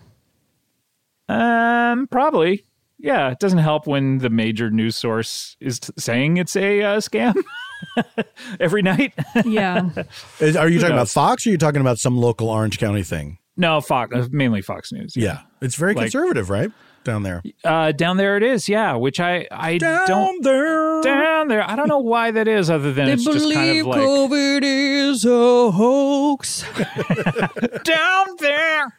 [SPEAKER 2] Um, probably. Yeah, it doesn't help when the major news source is t- saying it's a uh, scam every night.
[SPEAKER 4] Yeah,
[SPEAKER 1] Is, are you talking about
[SPEAKER 2] knows?
[SPEAKER 1] Fox or are you talking about some local Orange County thing?
[SPEAKER 2] no, Fox, uh, mainly Fox News.
[SPEAKER 1] Yeah. It's very
[SPEAKER 2] Like-
[SPEAKER 1] conservative, right? Down there.
[SPEAKER 2] Uh, down there it is. Yeah, which I I don't
[SPEAKER 1] there.
[SPEAKER 2] down there. I don't know why that is, other than it's just kind of like
[SPEAKER 4] COVID is a hoax.
[SPEAKER 2] down there.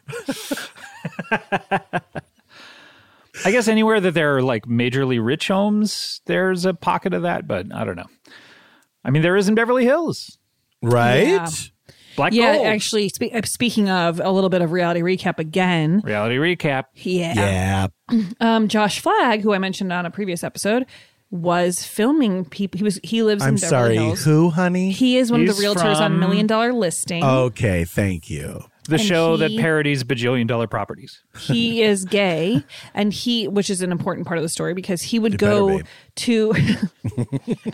[SPEAKER 2] I guess anywhere that there are like majorly rich homes, there's a pocket of that, but I don't know. I mean, there is in Beverly Hills.
[SPEAKER 1] Right?
[SPEAKER 4] Yeah.
[SPEAKER 2] Black
[SPEAKER 4] Yeah,
[SPEAKER 2] gold.
[SPEAKER 4] actually, spe- uh, speaking of a little bit of reality recap again.
[SPEAKER 2] Reality recap.
[SPEAKER 4] Yeah.
[SPEAKER 1] Yeah.
[SPEAKER 4] Um, Josh Flagg, who I mentioned on a previous episode, was filming people. He was he lives
[SPEAKER 1] I'm
[SPEAKER 4] in Beverly
[SPEAKER 1] sorry.
[SPEAKER 4] Hills.
[SPEAKER 1] Who, honey?
[SPEAKER 4] He is one of the
[SPEAKER 2] He's
[SPEAKER 4] realtors on
[SPEAKER 2] from-
[SPEAKER 4] Million Dollar Listing.
[SPEAKER 1] Okay. Thank you.
[SPEAKER 2] The show that
[SPEAKER 4] he-
[SPEAKER 2] parodies bajillion dollar properties.
[SPEAKER 4] he is gay and he which is an important part of the story because he would
[SPEAKER 1] better
[SPEAKER 4] go
[SPEAKER 1] be.
[SPEAKER 4] to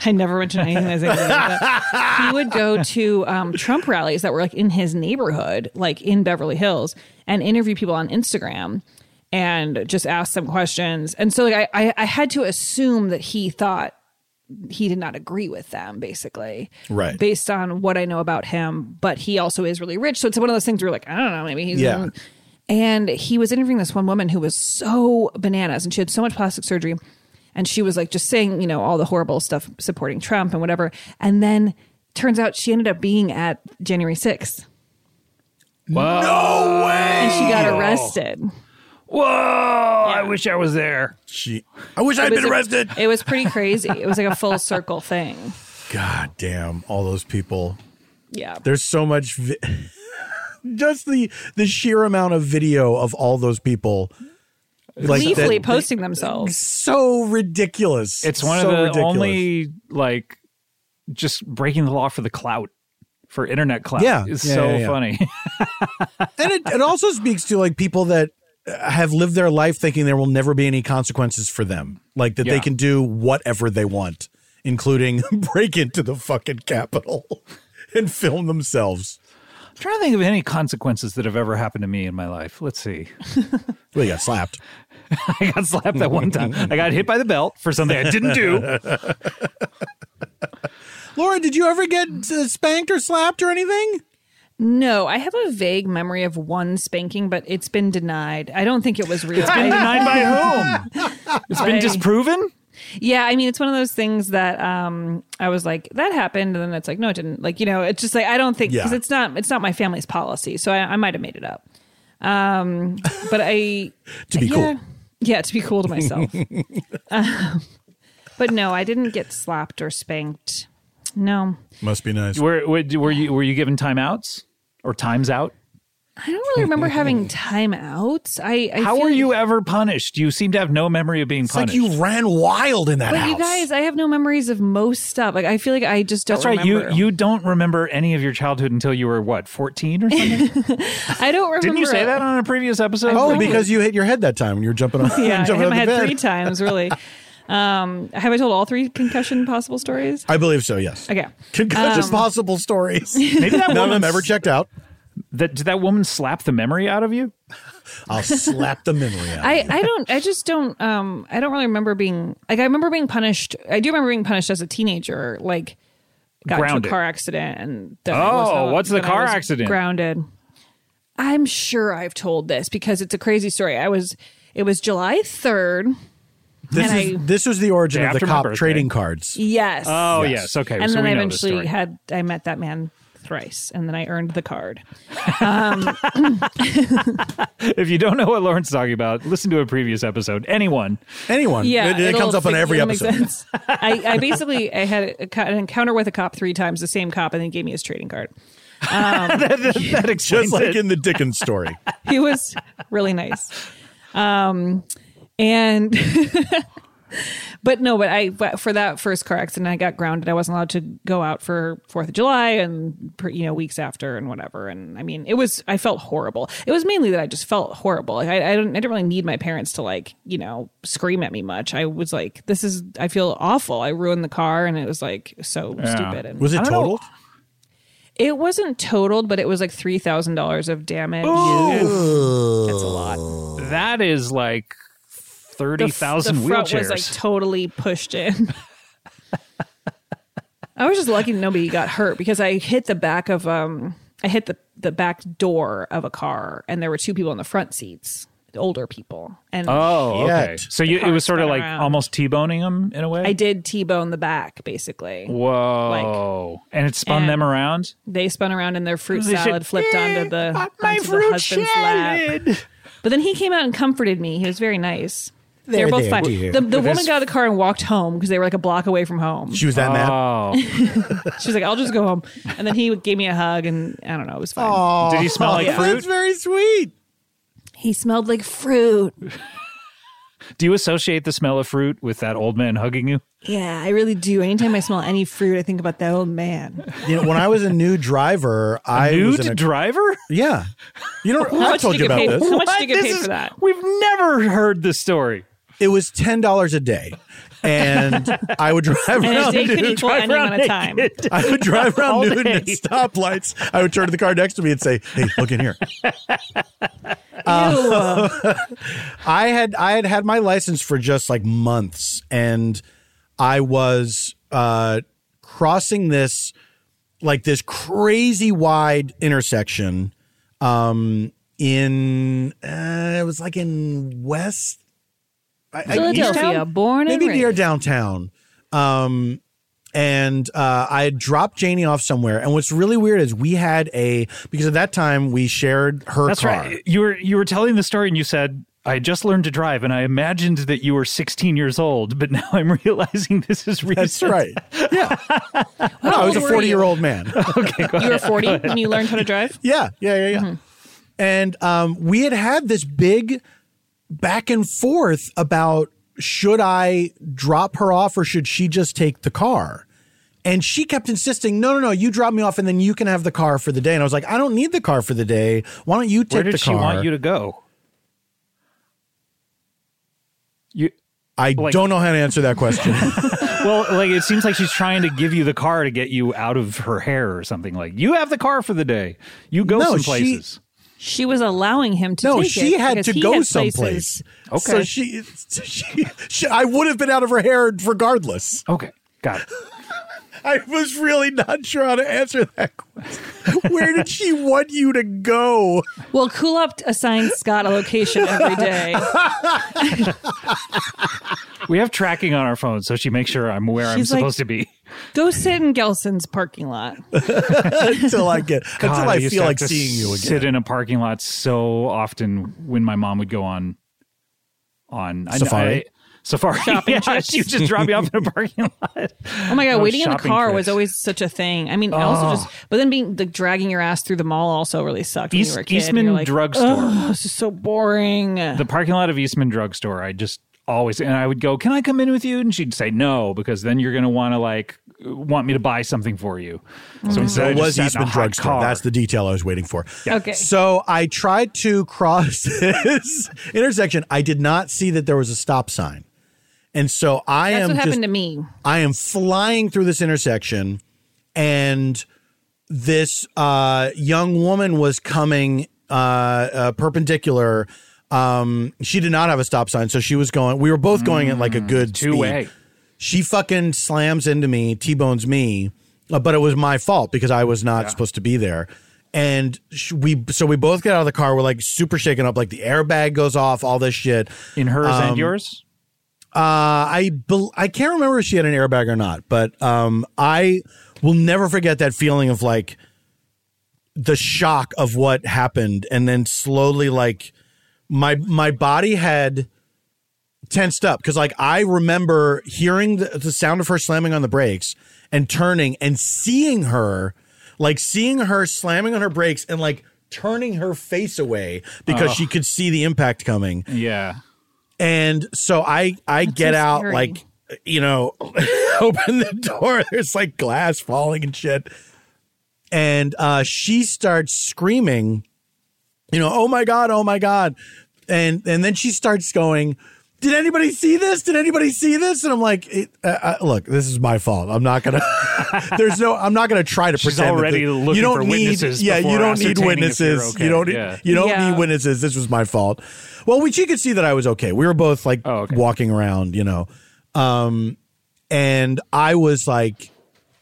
[SPEAKER 4] i never mentioned anything that's anything like that he would go to um, trump rallies that were like in his neighborhood like in beverly hills and interview people on instagram and just ask them questions and so like i i, I had to assume that he thought he did not agree with them basically
[SPEAKER 1] Right.
[SPEAKER 4] based on what i know about him but he also is really rich so it's one of those things where you're like i don't know maybe he's
[SPEAKER 1] Yeah.
[SPEAKER 4] and he was interviewing this one woman who was so bananas and she had so much plastic surgery and she was like just saying you know all the horrible stuff supporting trump and whatever and then turns out she ended up being at january 6th
[SPEAKER 2] Whoa. No way.
[SPEAKER 4] and she got arrested
[SPEAKER 2] Whoa. I wish I was there.
[SPEAKER 1] She, I wish I'd been
[SPEAKER 4] was-
[SPEAKER 1] arrested.
[SPEAKER 4] it was pretty crazy it was like a full circle thing
[SPEAKER 1] God damn. All those people.
[SPEAKER 4] yeah
[SPEAKER 1] There's so much. Vi- Just the the sheer amount of video of all those people, like that-
[SPEAKER 4] gleefully posting themselves
[SPEAKER 1] so ridiculous.
[SPEAKER 2] It's one
[SPEAKER 1] So
[SPEAKER 2] of the
[SPEAKER 1] ridiculous.
[SPEAKER 2] only like just breaking the law for the clout for internet clout.
[SPEAKER 1] Yeah.
[SPEAKER 2] It's
[SPEAKER 1] Yeah,
[SPEAKER 2] so
[SPEAKER 1] yeah, yeah.
[SPEAKER 2] funny.
[SPEAKER 1] and it, it also speaks to like people that uh, have lived their life thinking there will never be any consequences for them, like that they
[SPEAKER 2] Yeah.
[SPEAKER 1] can do whatever they want, including break into the fucking Capitol and film themselves.
[SPEAKER 2] I'm trying to think of any consequences that have ever happened to me in my life. Let's see.
[SPEAKER 1] Well, you got slapped.
[SPEAKER 2] I got slapped that one time. I got hit by the belt for something I didn't do.
[SPEAKER 1] Laura, did you ever get uh, spanked or slapped or anything?
[SPEAKER 4] no i have a vague memory of one spanking but it's been denied i don't think it was real
[SPEAKER 2] It's been denied by whom? It's been
[SPEAKER 4] Like-
[SPEAKER 2] disproven?
[SPEAKER 4] Yeah, I mean, it's one of those things that um, I was like, that happened, and then it's like, no, it didn't. Like, you know, it's just like I don't think because
[SPEAKER 1] Yeah.
[SPEAKER 4] it's not it's not my family's policy, so I, I might have made it up. Um, but I
[SPEAKER 1] To be
[SPEAKER 4] yeah,
[SPEAKER 1] cool.
[SPEAKER 4] yeah, to be cool to myself. um, but no, I didn't get slapped or spanked. No,
[SPEAKER 1] Must be nice.
[SPEAKER 2] Were, were, were you were you given timeouts or times out?
[SPEAKER 4] I don't really remember having timeouts. I, I
[SPEAKER 2] How
[SPEAKER 4] feel
[SPEAKER 2] were you ever punished? You seem to have no memory of being
[SPEAKER 1] It's like
[SPEAKER 2] punished.
[SPEAKER 1] you ran wild in that
[SPEAKER 4] But
[SPEAKER 1] house.
[SPEAKER 4] you guys, I have no memories of most stuff. Like I feel like I just don't.
[SPEAKER 2] That's right.
[SPEAKER 4] Remember.
[SPEAKER 2] You you don't remember any of your childhood until you were what, 14 or something?
[SPEAKER 4] I don't remember.
[SPEAKER 2] Didn't you say that on a previous episode?
[SPEAKER 1] oh, because you hit your head that time when you were jumping on.
[SPEAKER 4] yeah, I
[SPEAKER 1] jumping
[SPEAKER 4] hit
[SPEAKER 1] on
[SPEAKER 4] my
[SPEAKER 1] the
[SPEAKER 4] head
[SPEAKER 1] bed.
[SPEAKER 4] three times, really. Um, have I told all three concussion possible stories?
[SPEAKER 1] I believe so. Yes.
[SPEAKER 4] Okay.
[SPEAKER 1] Concussion
[SPEAKER 4] Um,
[SPEAKER 1] possible stories.
[SPEAKER 2] maybe that
[SPEAKER 1] None of
[SPEAKER 2] woman
[SPEAKER 1] them ever checked out.
[SPEAKER 2] That did that woman slap the memory out of you?
[SPEAKER 1] I'll slap the memory out.
[SPEAKER 4] I, I don't I just don't um I don't really remember being like I remember being punished I do remember being punished as a teenager like got into
[SPEAKER 2] Grounded.
[SPEAKER 4] a car accident and then
[SPEAKER 2] Oh,
[SPEAKER 4] I was not-
[SPEAKER 2] what's the
[SPEAKER 4] then I
[SPEAKER 2] car
[SPEAKER 4] was
[SPEAKER 2] accident?
[SPEAKER 4] grounded I'm sure I've told this because it's a crazy story I was it was July 3rd
[SPEAKER 1] This
[SPEAKER 4] And
[SPEAKER 1] is
[SPEAKER 4] I-
[SPEAKER 1] this was the origin
[SPEAKER 2] Day
[SPEAKER 1] of the
[SPEAKER 2] after my
[SPEAKER 1] cop
[SPEAKER 2] birthday.
[SPEAKER 1] trading cards.
[SPEAKER 4] yes
[SPEAKER 2] Oh
[SPEAKER 1] Yes.
[SPEAKER 2] yes, okay.
[SPEAKER 4] and
[SPEAKER 2] so
[SPEAKER 4] then
[SPEAKER 2] we
[SPEAKER 4] I
[SPEAKER 2] know this
[SPEAKER 4] eventually
[SPEAKER 2] story.
[SPEAKER 4] had I met that man thrice, and then I earned the card.
[SPEAKER 2] If you don't know what Lauren's talking about, listen to a previous episode. Anyone.
[SPEAKER 1] Anyone.
[SPEAKER 4] Yeah,
[SPEAKER 1] It, it
[SPEAKER 4] it'll
[SPEAKER 1] comes up on
[SPEAKER 4] fit-
[SPEAKER 1] every
[SPEAKER 4] it'll make
[SPEAKER 1] episode.
[SPEAKER 4] sense. I, I basically I had a, co- an encounter with a cop three times, the same cop, and then gave me his trading card.
[SPEAKER 2] that, that, that explains
[SPEAKER 1] Just like
[SPEAKER 2] it.
[SPEAKER 1] in the Dickens story.
[SPEAKER 4] He was really nice. Um, and but no, but I but for that first car accident, I got grounded. I wasn't allowed to go out for Fourth of July and per- you know weeks after and whatever. And I mean, it was I felt horrible. It was mainly that I just felt horrible. Like, I I didn't, I didn't really need my parents to like you know scream at me much. I was like, this is I feel awful. I ruined the car, and it was like so stupid. And
[SPEAKER 1] Was it
[SPEAKER 2] know.
[SPEAKER 1] totaled?
[SPEAKER 4] it wasn't totaled, but it was like three thousand dollars of damage.
[SPEAKER 1] Oh.
[SPEAKER 4] That's a lot.
[SPEAKER 2] that is like
[SPEAKER 4] The,
[SPEAKER 2] thirty
[SPEAKER 4] f-
[SPEAKER 2] thousand
[SPEAKER 4] the front was
[SPEAKER 2] wheelchairs.
[SPEAKER 4] like totally pushed in. I was just lucky nobody got hurt because I hit the back of um I hit the the back door of a car and there were two people in the front seats, older people, and
[SPEAKER 2] oh, okay.
[SPEAKER 1] Shit.
[SPEAKER 2] So you, it
[SPEAKER 4] car
[SPEAKER 2] was sort of
[SPEAKER 4] spun
[SPEAKER 2] like
[SPEAKER 4] around.
[SPEAKER 2] almost t-boning them in a way.
[SPEAKER 4] I did T-bone the back basically.
[SPEAKER 2] Whoa! and it spun them
[SPEAKER 4] and-
[SPEAKER 2] around.
[SPEAKER 4] They spun around and their fruit
[SPEAKER 2] They should-
[SPEAKER 4] salad flipped onto the,
[SPEAKER 2] Eh, my
[SPEAKER 4] onto
[SPEAKER 2] fruit
[SPEAKER 4] the husband's lap.
[SPEAKER 2] salad.
[SPEAKER 4] But then he came out and comforted me. He was very nice. They
[SPEAKER 1] There,
[SPEAKER 4] were both
[SPEAKER 1] there,
[SPEAKER 4] fine.
[SPEAKER 1] dear.
[SPEAKER 4] The, the
[SPEAKER 2] With
[SPEAKER 4] woman
[SPEAKER 2] his-
[SPEAKER 4] got out of the car and walked home because they were like a block away from home. She
[SPEAKER 1] She was that mad.
[SPEAKER 2] Oh,
[SPEAKER 4] was like, I'll just go home. And then he gave me a hug and I don't know, it was fine.
[SPEAKER 1] Oh.
[SPEAKER 2] did he smell like fruit?
[SPEAKER 1] That's very sweet.
[SPEAKER 4] He smelled like fruit.
[SPEAKER 2] Do you associate the smell of fruit with that old man hugging you?
[SPEAKER 4] Yeah, I really do. Anytime I smell any fruit, I think about that old man.
[SPEAKER 1] You know, when I was a new driver, I was
[SPEAKER 2] Nude
[SPEAKER 1] in a,
[SPEAKER 2] driver?
[SPEAKER 1] yeah. You know,
[SPEAKER 4] How
[SPEAKER 1] I
[SPEAKER 4] much
[SPEAKER 1] told
[SPEAKER 4] did
[SPEAKER 1] you
[SPEAKER 4] you
[SPEAKER 1] about
[SPEAKER 4] get paid?
[SPEAKER 1] this.
[SPEAKER 4] How much
[SPEAKER 2] What?
[SPEAKER 4] did you get
[SPEAKER 2] This
[SPEAKER 4] paid
[SPEAKER 2] is-
[SPEAKER 4] for that?
[SPEAKER 2] We've never heard this story.
[SPEAKER 1] It was ten dollars a day, and I would drive
[SPEAKER 4] And a
[SPEAKER 1] around.
[SPEAKER 4] day could
[SPEAKER 1] nude.
[SPEAKER 4] equal ending on a time.
[SPEAKER 1] I would drive around
[SPEAKER 2] All
[SPEAKER 1] nude at
[SPEAKER 2] day.
[SPEAKER 1] stoplights. I would turn to the car next to me and say, "Hey, look in here." Uh,
[SPEAKER 4] Ew.
[SPEAKER 1] I had I had had my license for just like months, and I was uh, crossing this like this crazy wide intersection um, in uh, it was like in West I- I-
[SPEAKER 4] Philadelphia,
[SPEAKER 1] Easttown?
[SPEAKER 4] born and
[SPEAKER 1] maybe near
[SPEAKER 4] raised.
[SPEAKER 1] downtown. Um, and uh, I had dropped Janie off somewhere. And what's really weird is we had a because at that time we shared her
[SPEAKER 2] That's
[SPEAKER 1] car.
[SPEAKER 2] right. You were you were telling the story and you said I just learned to drive and I imagined that you were 16 years old, but now I'm realizing this is recent.
[SPEAKER 1] That's right. Yeah. No, I was a
[SPEAKER 4] old were you?
[SPEAKER 1] 40 year old man.
[SPEAKER 4] you were 40 when you learned how to drive?
[SPEAKER 1] Yeah. Yeah. Yeah.
[SPEAKER 4] Mm-hmm.
[SPEAKER 1] Yeah. And um, we had had this big back and forth about should I drop her off or should she just take the car? And she kept insisting, no, no, no, you drop me off and then you can have the car for the day. And I was like, I don't need the car for the day. Why don't you take
[SPEAKER 2] Where did
[SPEAKER 1] the
[SPEAKER 2] she
[SPEAKER 1] car?
[SPEAKER 2] want you to go? You
[SPEAKER 1] I
[SPEAKER 2] like-
[SPEAKER 1] don't know how to answer that question.
[SPEAKER 2] well, like it seems like she's trying to give you the car to get you out of her hair or something. Like you have the car for the day. You go
[SPEAKER 1] No,
[SPEAKER 2] some
[SPEAKER 1] she-
[SPEAKER 2] places.
[SPEAKER 4] She was allowing him to
[SPEAKER 1] No,
[SPEAKER 4] take
[SPEAKER 1] she
[SPEAKER 4] it
[SPEAKER 1] had
[SPEAKER 4] because
[SPEAKER 1] to
[SPEAKER 4] he
[SPEAKER 1] go
[SPEAKER 4] had places-
[SPEAKER 1] someplace.
[SPEAKER 2] Okay.
[SPEAKER 1] So she, she, she, I would have been out of her hair regardless.
[SPEAKER 2] Okay, got it.
[SPEAKER 1] I was really not sure how to answer that question. Where did she want you to go?
[SPEAKER 4] Well, Kulop assigned Scott a location every day.
[SPEAKER 2] We have tracking on our phone, so she makes sure I'm where I'm
[SPEAKER 4] She's like-
[SPEAKER 2] supposed to be.
[SPEAKER 4] Go sit in Gelson's parking lot.
[SPEAKER 1] Until I get,
[SPEAKER 2] God,
[SPEAKER 1] until I
[SPEAKER 2] used
[SPEAKER 1] feel
[SPEAKER 2] to
[SPEAKER 1] like
[SPEAKER 2] have to
[SPEAKER 1] seeing you again.
[SPEAKER 2] Sit in a parking lot so often when my mom would go on on I-
[SPEAKER 1] Safari?
[SPEAKER 2] I- safari.
[SPEAKER 4] Shopping
[SPEAKER 2] yeah,
[SPEAKER 4] trips?
[SPEAKER 2] she would just drop me off in a parking lot.
[SPEAKER 4] Oh my god,
[SPEAKER 2] No
[SPEAKER 4] waiting in the
[SPEAKER 2] shopping
[SPEAKER 4] car
[SPEAKER 2] trips.
[SPEAKER 4] was always such a thing. I mean, also just but then being like dragging your ass through the mall also really sucked when you
[SPEAKER 2] East,
[SPEAKER 4] were a kid. and
[SPEAKER 2] Eastman
[SPEAKER 4] you're like,
[SPEAKER 2] Drugstore,
[SPEAKER 4] Oh, this is so boring.
[SPEAKER 2] the parking lot of Eastman Drugstore. I just always and I would go, "Can I come in with you?" And she'd say no because then you're going to want to like want me to buy something for you. Mm-hmm. So instead, I
[SPEAKER 1] It
[SPEAKER 2] just
[SPEAKER 1] was
[SPEAKER 2] sat in a
[SPEAKER 1] Eastman
[SPEAKER 2] hot
[SPEAKER 1] Drugstore.
[SPEAKER 2] car.
[SPEAKER 1] That's the detail I was waiting for.
[SPEAKER 4] Okay.
[SPEAKER 1] So I tried to cross this intersection. I did not see that there was a stop sign. And so I
[SPEAKER 4] That's
[SPEAKER 1] am
[SPEAKER 4] what happened
[SPEAKER 1] just
[SPEAKER 4] to me.
[SPEAKER 1] I am flying through this intersection, and this uh, young woman was coming uh, uh, perpendicular. Um, she did not have a stop sign, so she was going. We were both going at like a good
[SPEAKER 2] Mm, two way.
[SPEAKER 1] speed. She fucking slams into me, t bones me, uh, but it was my fault because I was not supposed to be there. And sh- we, so we both get out of the car. We're like super shaken up. Like the airbag goes off, all this shit.
[SPEAKER 2] in hers and yours.
[SPEAKER 1] Uh, I bel I can't remember if she had an airbag or not, but um, I will never forget that feeling of like the shock of what happened and then slowly like my my body had tensed up because like I remember hearing the, the sound of her slamming on the brakes and turning and seeing her like seeing her slamming on her brakes and like turning her face away because she could see the impact coming
[SPEAKER 2] Yeah.
[SPEAKER 1] and so I I get
[SPEAKER 4] so
[SPEAKER 1] out
[SPEAKER 4] scary.
[SPEAKER 1] like you know open the door there's like glass falling and shit and uh she starts screaming you know oh my god oh my god and and then she starts going did anybody see this did anybody see this and I'm like it, uh, uh, look this is my fault I'm not going to there's no I'm not going to try to pretend that
[SPEAKER 2] already
[SPEAKER 1] the-
[SPEAKER 2] looking
[SPEAKER 1] you don't
[SPEAKER 2] for
[SPEAKER 1] need
[SPEAKER 2] witnesses
[SPEAKER 1] yeah you
[SPEAKER 2] before
[SPEAKER 1] don't need
[SPEAKER 2] ascertaining if you're
[SPEAKER 1] witnesses
[SPEAKER 2] okay.
[SPEAKER 1] you don't
[SPEAKER 2] Yeah.
[SPEAKER 1] you don't
[SPEAKER 4] Yeah.
[SPEAKER 1] need witnesses this was my fault well we she could see that I was okay we were both like
[SPEAKER 2] Oh, okay.
[SPEAKER 1] walking around you know um and I was like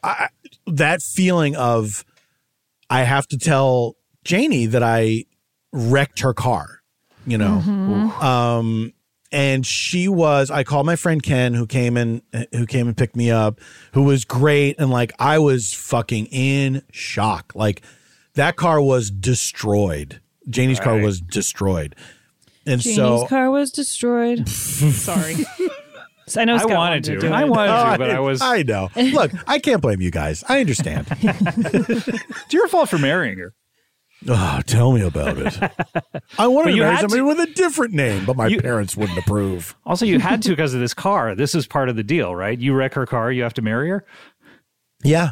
[SPEAKER 1] I, that feeling of I have to tell Janie that I wrecked her car, you know.
[SPEAKER 4] Mm-hmm.
[SPEAKER 1] Um and she was I called my friend Ken who came and who came and picked me up, who was great and like I was fucking in shock. Like that car was destroyed. Janie's car
[SPEAKER 2] Right.
[SPEAKER 1] was destroyed. And
[SPEAKER 4] Janie's
[SPEAKER 1] so
[SPEAKER 4] car was destroyed. Sorry. So I know
[SPEAKER 2] I
[SPEAKER 4] Scott
[SPEAKER 2] wanted to.
[SPEAKER 4] do
[SPEAKER 2] I
[SPEAKER 4] it.
[SPEAKER 2] wanted to, but I was.
[SPEAKER 1] I know. Look, I can't blame you guys. I understand.
[SPEAKER 2] it's your fault for marrying her.
[SPEAKER 1] Oh, tell me about it. I wanted
[SPEAKER 2] But
[SPEAKER 1] to
[SPEAKER 2] you
[SPEAKER 1] marry
[SPEAKER 2] had to-
[SPEAKER 1] somebody with a different name, but my
[SPEAKER 2] You-
[SPEAKER 1] parents wouldn't approve.
[SPEAKER 2] Also, you had to because of this car. This is part of the deal, right? You wreck her car, you have to marry her.
[SPEAKER 1] Yeah.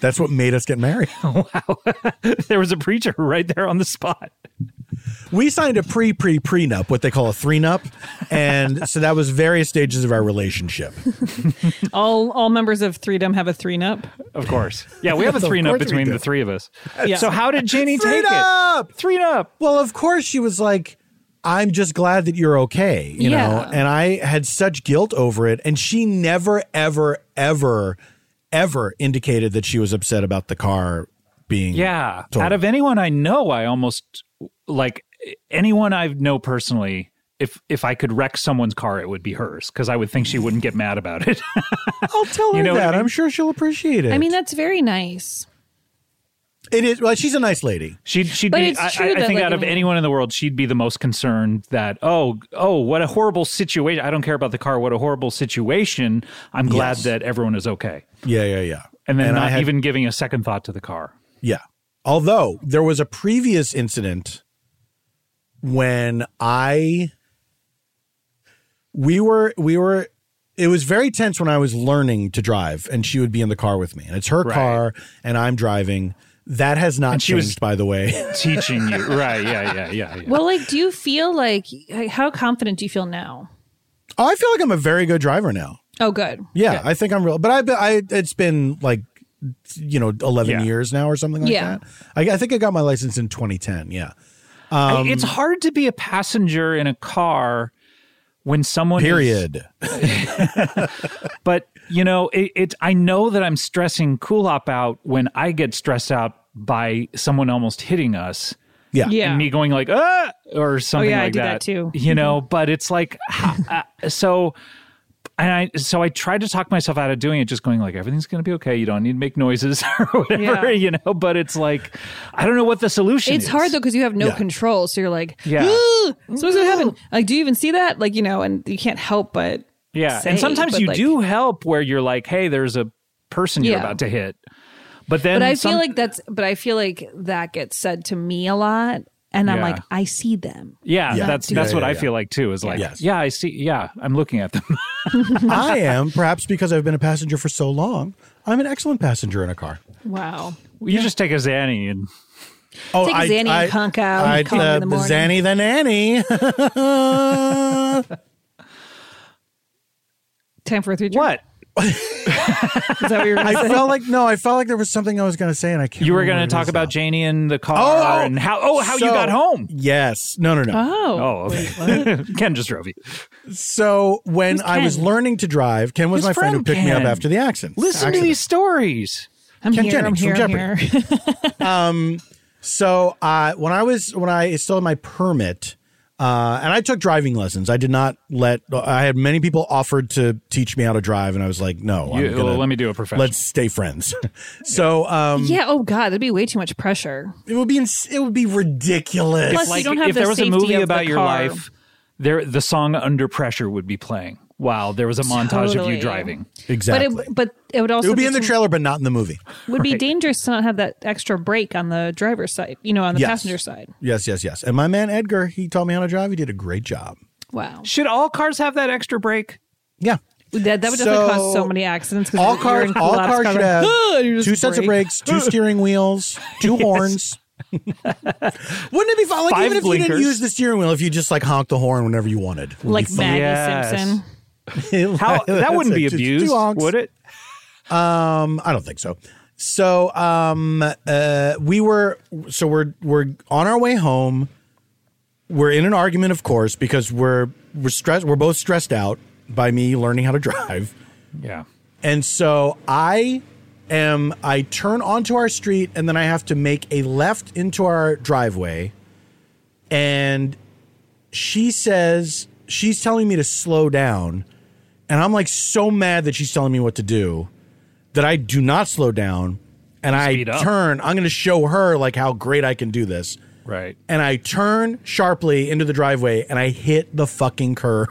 [SPEAKER 1] That's what made us get married.
[SPEAKER 2] There was a preacher right there on the spot.
[SPEAKER 1] We signed a pre pre prenup, what they call a three nup. And so that was various stages of our relationship.
[SPEAKER 4] all all members of Threedom have a three nup.
[SPEAKER 2] Of course. Yeah, we have a
[SPEAKER 1] Of
[SPEAKER 2] three up
[SPEAKER 1] course we
[SPEAKER 2] between
[SPEAKER 1] do.
[SPEAKER 2] the three of us.
[SPEAKER 4] Yeah.
[SPEAKER 2] So how did Janie take
[SPEAKER 1] Freedom!
[SPEAKER 2] it? Three up.
[SPEAKER 1] Well, of course, she was like, I'm just glad that you're okay, you know?
[SPEAKER 4] Yeah.
[SPEAKER 1] And I had such guilt over it. And she never, ever, ever, ever indicated that she was upset about the car being.
[SPEAKER 2] Yeah.
[SPEAKER 1] Totally.
[SPEAKER 2] Out of anyone I know, I almost like anyone I know personally. If if I could wreck someone's car, it would be hers because I would think she wouldn't get mad about it.
[SPEAKER 1] I'll tell her
[SPEAKER 2] You know what
[SPEAKER 1] that.
[SPEAKER 2] I mean?
[SPEAKER 1] I'm sure she'll appreciate it.
[SPEAKER 4] I mean, that's very nice.
[SPEAKER 1] it is. Well, she's a nice lady.
[SPEAKER 2] She'd she'd
[SPEAKER 4] But
[SPEAKER 2] be.
[SPEAKER 4] it's
[SPEAKER 2] I,
[SPEAKER 4] true
[SPEAKER 2] I- I
[SPEAKER 4] that,
[SPEAKER 2] think
[SPEAKER 4] like,
[SPEAKER 2] out
[SPEAKER 4] I
[SPEAKER 2] of
[SPEAKER 4] mean-
[SPEAKER 2] anyone in the world, she'd be the most concerned that oh oh what a horrible situation. I don't care about the car. What a horrible situation. I'm glad
[SPEAKER 1] Yes.
[SPEAKER 2] that everyone is okay.
[SPEAKER 1] Yeah, yeah, yeah.
[SPEAKER 2] And then
[SPEAKER 1] I
[SPEAKER 2] not
[SPEAKER 1] had-
[SPEAKER 2] even giving a second thought to the car.
[SPEAKER 1] Yeah. Although there was a previous incident when I we were we were it was very tense when I was learning to drive and she would be in the car with me. And it's her
[SPEAKER 2] Right.
[SPEAKER 1] car and I'm driving. That has not
[SPEAKER 2] she was-
[SPEAKER 1] changed, by the way.
[SPEAKER 2] Teaching you right. Yeah yeah yeah. yeah.
[SPEAKER 4] Well, like, do you feel like how confident do you feel now?
[SPEAKER 1] oh, I feel like I'm a very good driver now.
[SPEAKER 4] Oh, good.
[SPEAKER 1] Yeah, I think I'm real. But I've been, I it's been like you know 11
[SPEAKER 2] Yeah.
[SPEAKER 1] years now or something like
[SPEAKER 4] Yeah.
[SPEAKER 1] that. I, I think I got my license in 2010. Yeah.
[SPEAKER 2] I-
[SPEAKER 1] Um,
[SPEAKER 2] it's hard to be a passenger in a car when someone is-
[SPEAKER 1] Period.
[SPEAKER 2] but you know, it, it. I know that I'm stressing Kulop out when I get stressed out by someone almost hitting us.
[SPEAKER 1] Yeah.
[SPEAKER 4] Yeah.
[SPEAKER 2] and me going like ah or something
[SPEAKER 4] yeah, I
[SPEAKER 2] like
[SPEAKER 4] do that too. Mm-hmm.
[SPEAKER 2] You know, but it's like ha- uh, so. And I so I tried to talk myself out of doing it, just going like everything's going to be okay. You don't need to make noises or whatever,
[SPEAKER 4] Yeah.
[SPEAKER 2] you know. But it's like I don't know what the solution.
[SPEAKER 4] It's
[SPEAKER 2] is.
[SPEAKER 4] hard though because you have no
[SPEAKER 1] Yeah.
[SPEAKER 4] control. So you're like,
[SPEAKER 2] Yeah.
[SPEAKER 4] yeah. So what's gonna happen? Like, do you even see that? Like, you know, and you can't help but
[SPEAKER 2] Yeah.
[SPEAKER 4] say,
[SPEAKER 2] and sometimes
[SPEAKER 4] but,
[SPEAKER 2] you
[SPEAKER 4] like-
[SPEAKER 2] do help where you're like, hey, there's a person you're
[SPEAKER 4] Yeah.
[SPEAKER 2] about to hit. But then
[SPEAKER 4] But I
[SPEAKER 2] some-
[SPEAKER 4] feel like that's. But I feel like that gets said to me a lot, and I'm
[SPEAKER 2] Yeah.
[SPEAKER 4] like, I see them.
[SPEAKER 2] Yeah,
[SPEAKER 1] Yeah.
[SPEAKER 2] that's
[SPEAKER 1] Yeah,
[SPEAKER 2] that's
[SPEAKER 1] yeah,
[SPEAKER 2] what I
[SPEAKER 1] yeah.
[SPEAKER 2] feel like too, is like
[SPEAKER 1] Yes.
[SPEAKER 2] yeah, I see yeah, I'm looking at them.
[SPEAKER 1] I am, perhaps because I've been a passenger for so long. I'm an excellent passenger in a car.
[SPEAKER 4] Wow.
[SPEAKER 2] you just take a Zanny and
[SPEAKER 1] Oh,
[SPEAKER 4] Take a Xanny and conk out and call me in the morning.
[SPEAKER 1] Zanny uh, the nanny.
[SPEAKER 4] Time for a three. drink?
[SPEAKER 2] what?
[SPEAKER 4] is that? What you're
[SPEAKER 1] I felt like no, I felt like there was something I was going to say, and I can't.
[SPEAKER 2] You were
[SPEAKER 1] remember
[SPEAKER 2] gonna
[SPEAKER 1] what it
[SPEAKER 2] talk
[SPEAKER 1] is
[SPEAKER 2] about
[SPEAKER 1] now.
[SPEAKER 2] Janie and the car
[SPEAKER 1] Oh,
[SPEAKER 2] and how oh how you
[SPEAKER 1] So-
[SPEAKER 2] got home.
[SPEAKER 1] Yes, no, no, no.
[SPEAKER 4] oh.
[SPEAKER 2] Oh, okay. Ken just drove you.
[SPEAKER 1] So when I was
[SPEAKER 4] Ken?
[SPEAKER 1] learning to drive, Ken was
[SPEAKER 2] His
[SPEAKER 1] my friend who
[SPEAKER 2] friend
[SPEAKER 1] picked me up
[SPEAKER 2] Ken.
[SPEAKER 1] after the accident.
[SPEAKER 2] Listen to
[SPEAKER 1] accident.
[SPEAKER 2] these stories.
[SPEAKER 4] I'm
[SPEAKER 1] Ken
[SPEAKER 4] here.
[SPEAKER 1] Jennings from
[SPEAKER 4] I'm here. I'm
[SPEAKER 1] Jeopardy.
[SPEAKER 4] here.
[SPEAKER 1] So uh, when I was when I still had my permit, Uh, and I took driving lessons. I did not let. I had many people offered to teach me how to drive, and I was like, "No,
[SPEAKER 2] You-
[SPEAKER 1] I'm gonna,
[SPEAKER 2] let me do a professional.
[SPEAKER 1] Let's stay friends." so um,
[SPEAKER 4] Yeah. Oh God, that'd be way too much pressure.
[SPEAKER 1] it would be ins- it would be ridiculous.
[SPEAKER 4] Plus, you don't have
[SPEAKER 2] if
[SPEAKER 4] the
[SPEAKER 2] there was a
[SPEAKER 4] safety
[SPEAKER 2] movie
[SPEAKER 4] of the
[SPEAKER 2] about your
[SPEAKER 4] car.
[SPEAKER 2] life, there the song "Under Pressure" would be playing while there was a montage of you
[SPEAKER 4] Totally.
[SPEAKER 2] driving.
[SPEAKER 1] exactly.
[SPEAKER 4] But it, but it would also
[SPEAKER 1] it would be in the
[SPEAKER 4] too-
[SPEAKER 1] trailer, but not in the movie.
[SPEAKER 4] Would be dangerous to not have that extra brake on the driver's side. You know, on the
[SPEAKER 1] Yes.
[SPEAKER 4] passenger side.
[SPEAKER 1] Yes, yes, yes. And my man Edgar, he taught me how to drive. He did a great job.
[SPEAKER 4] Wow.
[SPEAKER 2] Should all cars have that extra brake?
[SPEAKER 1] Yeah.
[SPEAKER 4] That, that would definitely
[SPEAKER 1] So-
[SPEAKER 4] cause so many accidents. 'cause
[SPEAKER 1] All
[SPEAKER 4] you're
[SPEAKER 1] cars,
[SPEAKER 4] in
[SPEAKER 1] all
[SPEAKER 4] collapse
[SPEAKER 1] cars should
[SPEAKER 4] cover.
[SPEAKER 1] have
[SPEAKER 3] you
[SPEAKER 1] two
[SPEAKER 3] just
[SPEAKER 1] sets of brakes, two steering wheels, two horns. Wouldn't it be fun? Like
[SPEAKER 2] Five
[SPEAKER 1] even if you
[SPEAKER 2] blinkers.
[SPEAKER 1] didn't use the steering wheel, if you just like honked the horn whenever you wanted, It would
[SPEAKER 4] like
[SPEAKER 1] be
[SPEAKER 4] Maggie
[SPEAKER 2] Yes.
[SPEAKER 4] Simpson.
[SPEAKER 1] fun.
[SPEAKER 2] How that wouldn't be
[SPEAKER 1] Just two
[SPEAKER 2] abused,
[SPEAKER 1] honks.
[SPEAKER 2] would it?
[SPEAKER 1] Um, I don't think so. So um, uh, we were so we're we're on our way home. We're in an argument, of course, because we're we're stressed. We're both stressed out by me learning how to drive.
[SPEAKER 2] Yeah.
[SPEAKER 1] And so I am I turn onto our street and then I have to make a left into our driveway. And she says she's telling me to slow down. And I'm like so mad that she's telling me what to do that I do not slow down and I
[SPEAKER 2] Speed up.
[SPEAKER 1] turn. I'm going to show her like how great I can do this.
[SPEAKER 2] Right.
[SPEAKER 1] And I turn sharply into the driveway and I hit the fucking curb.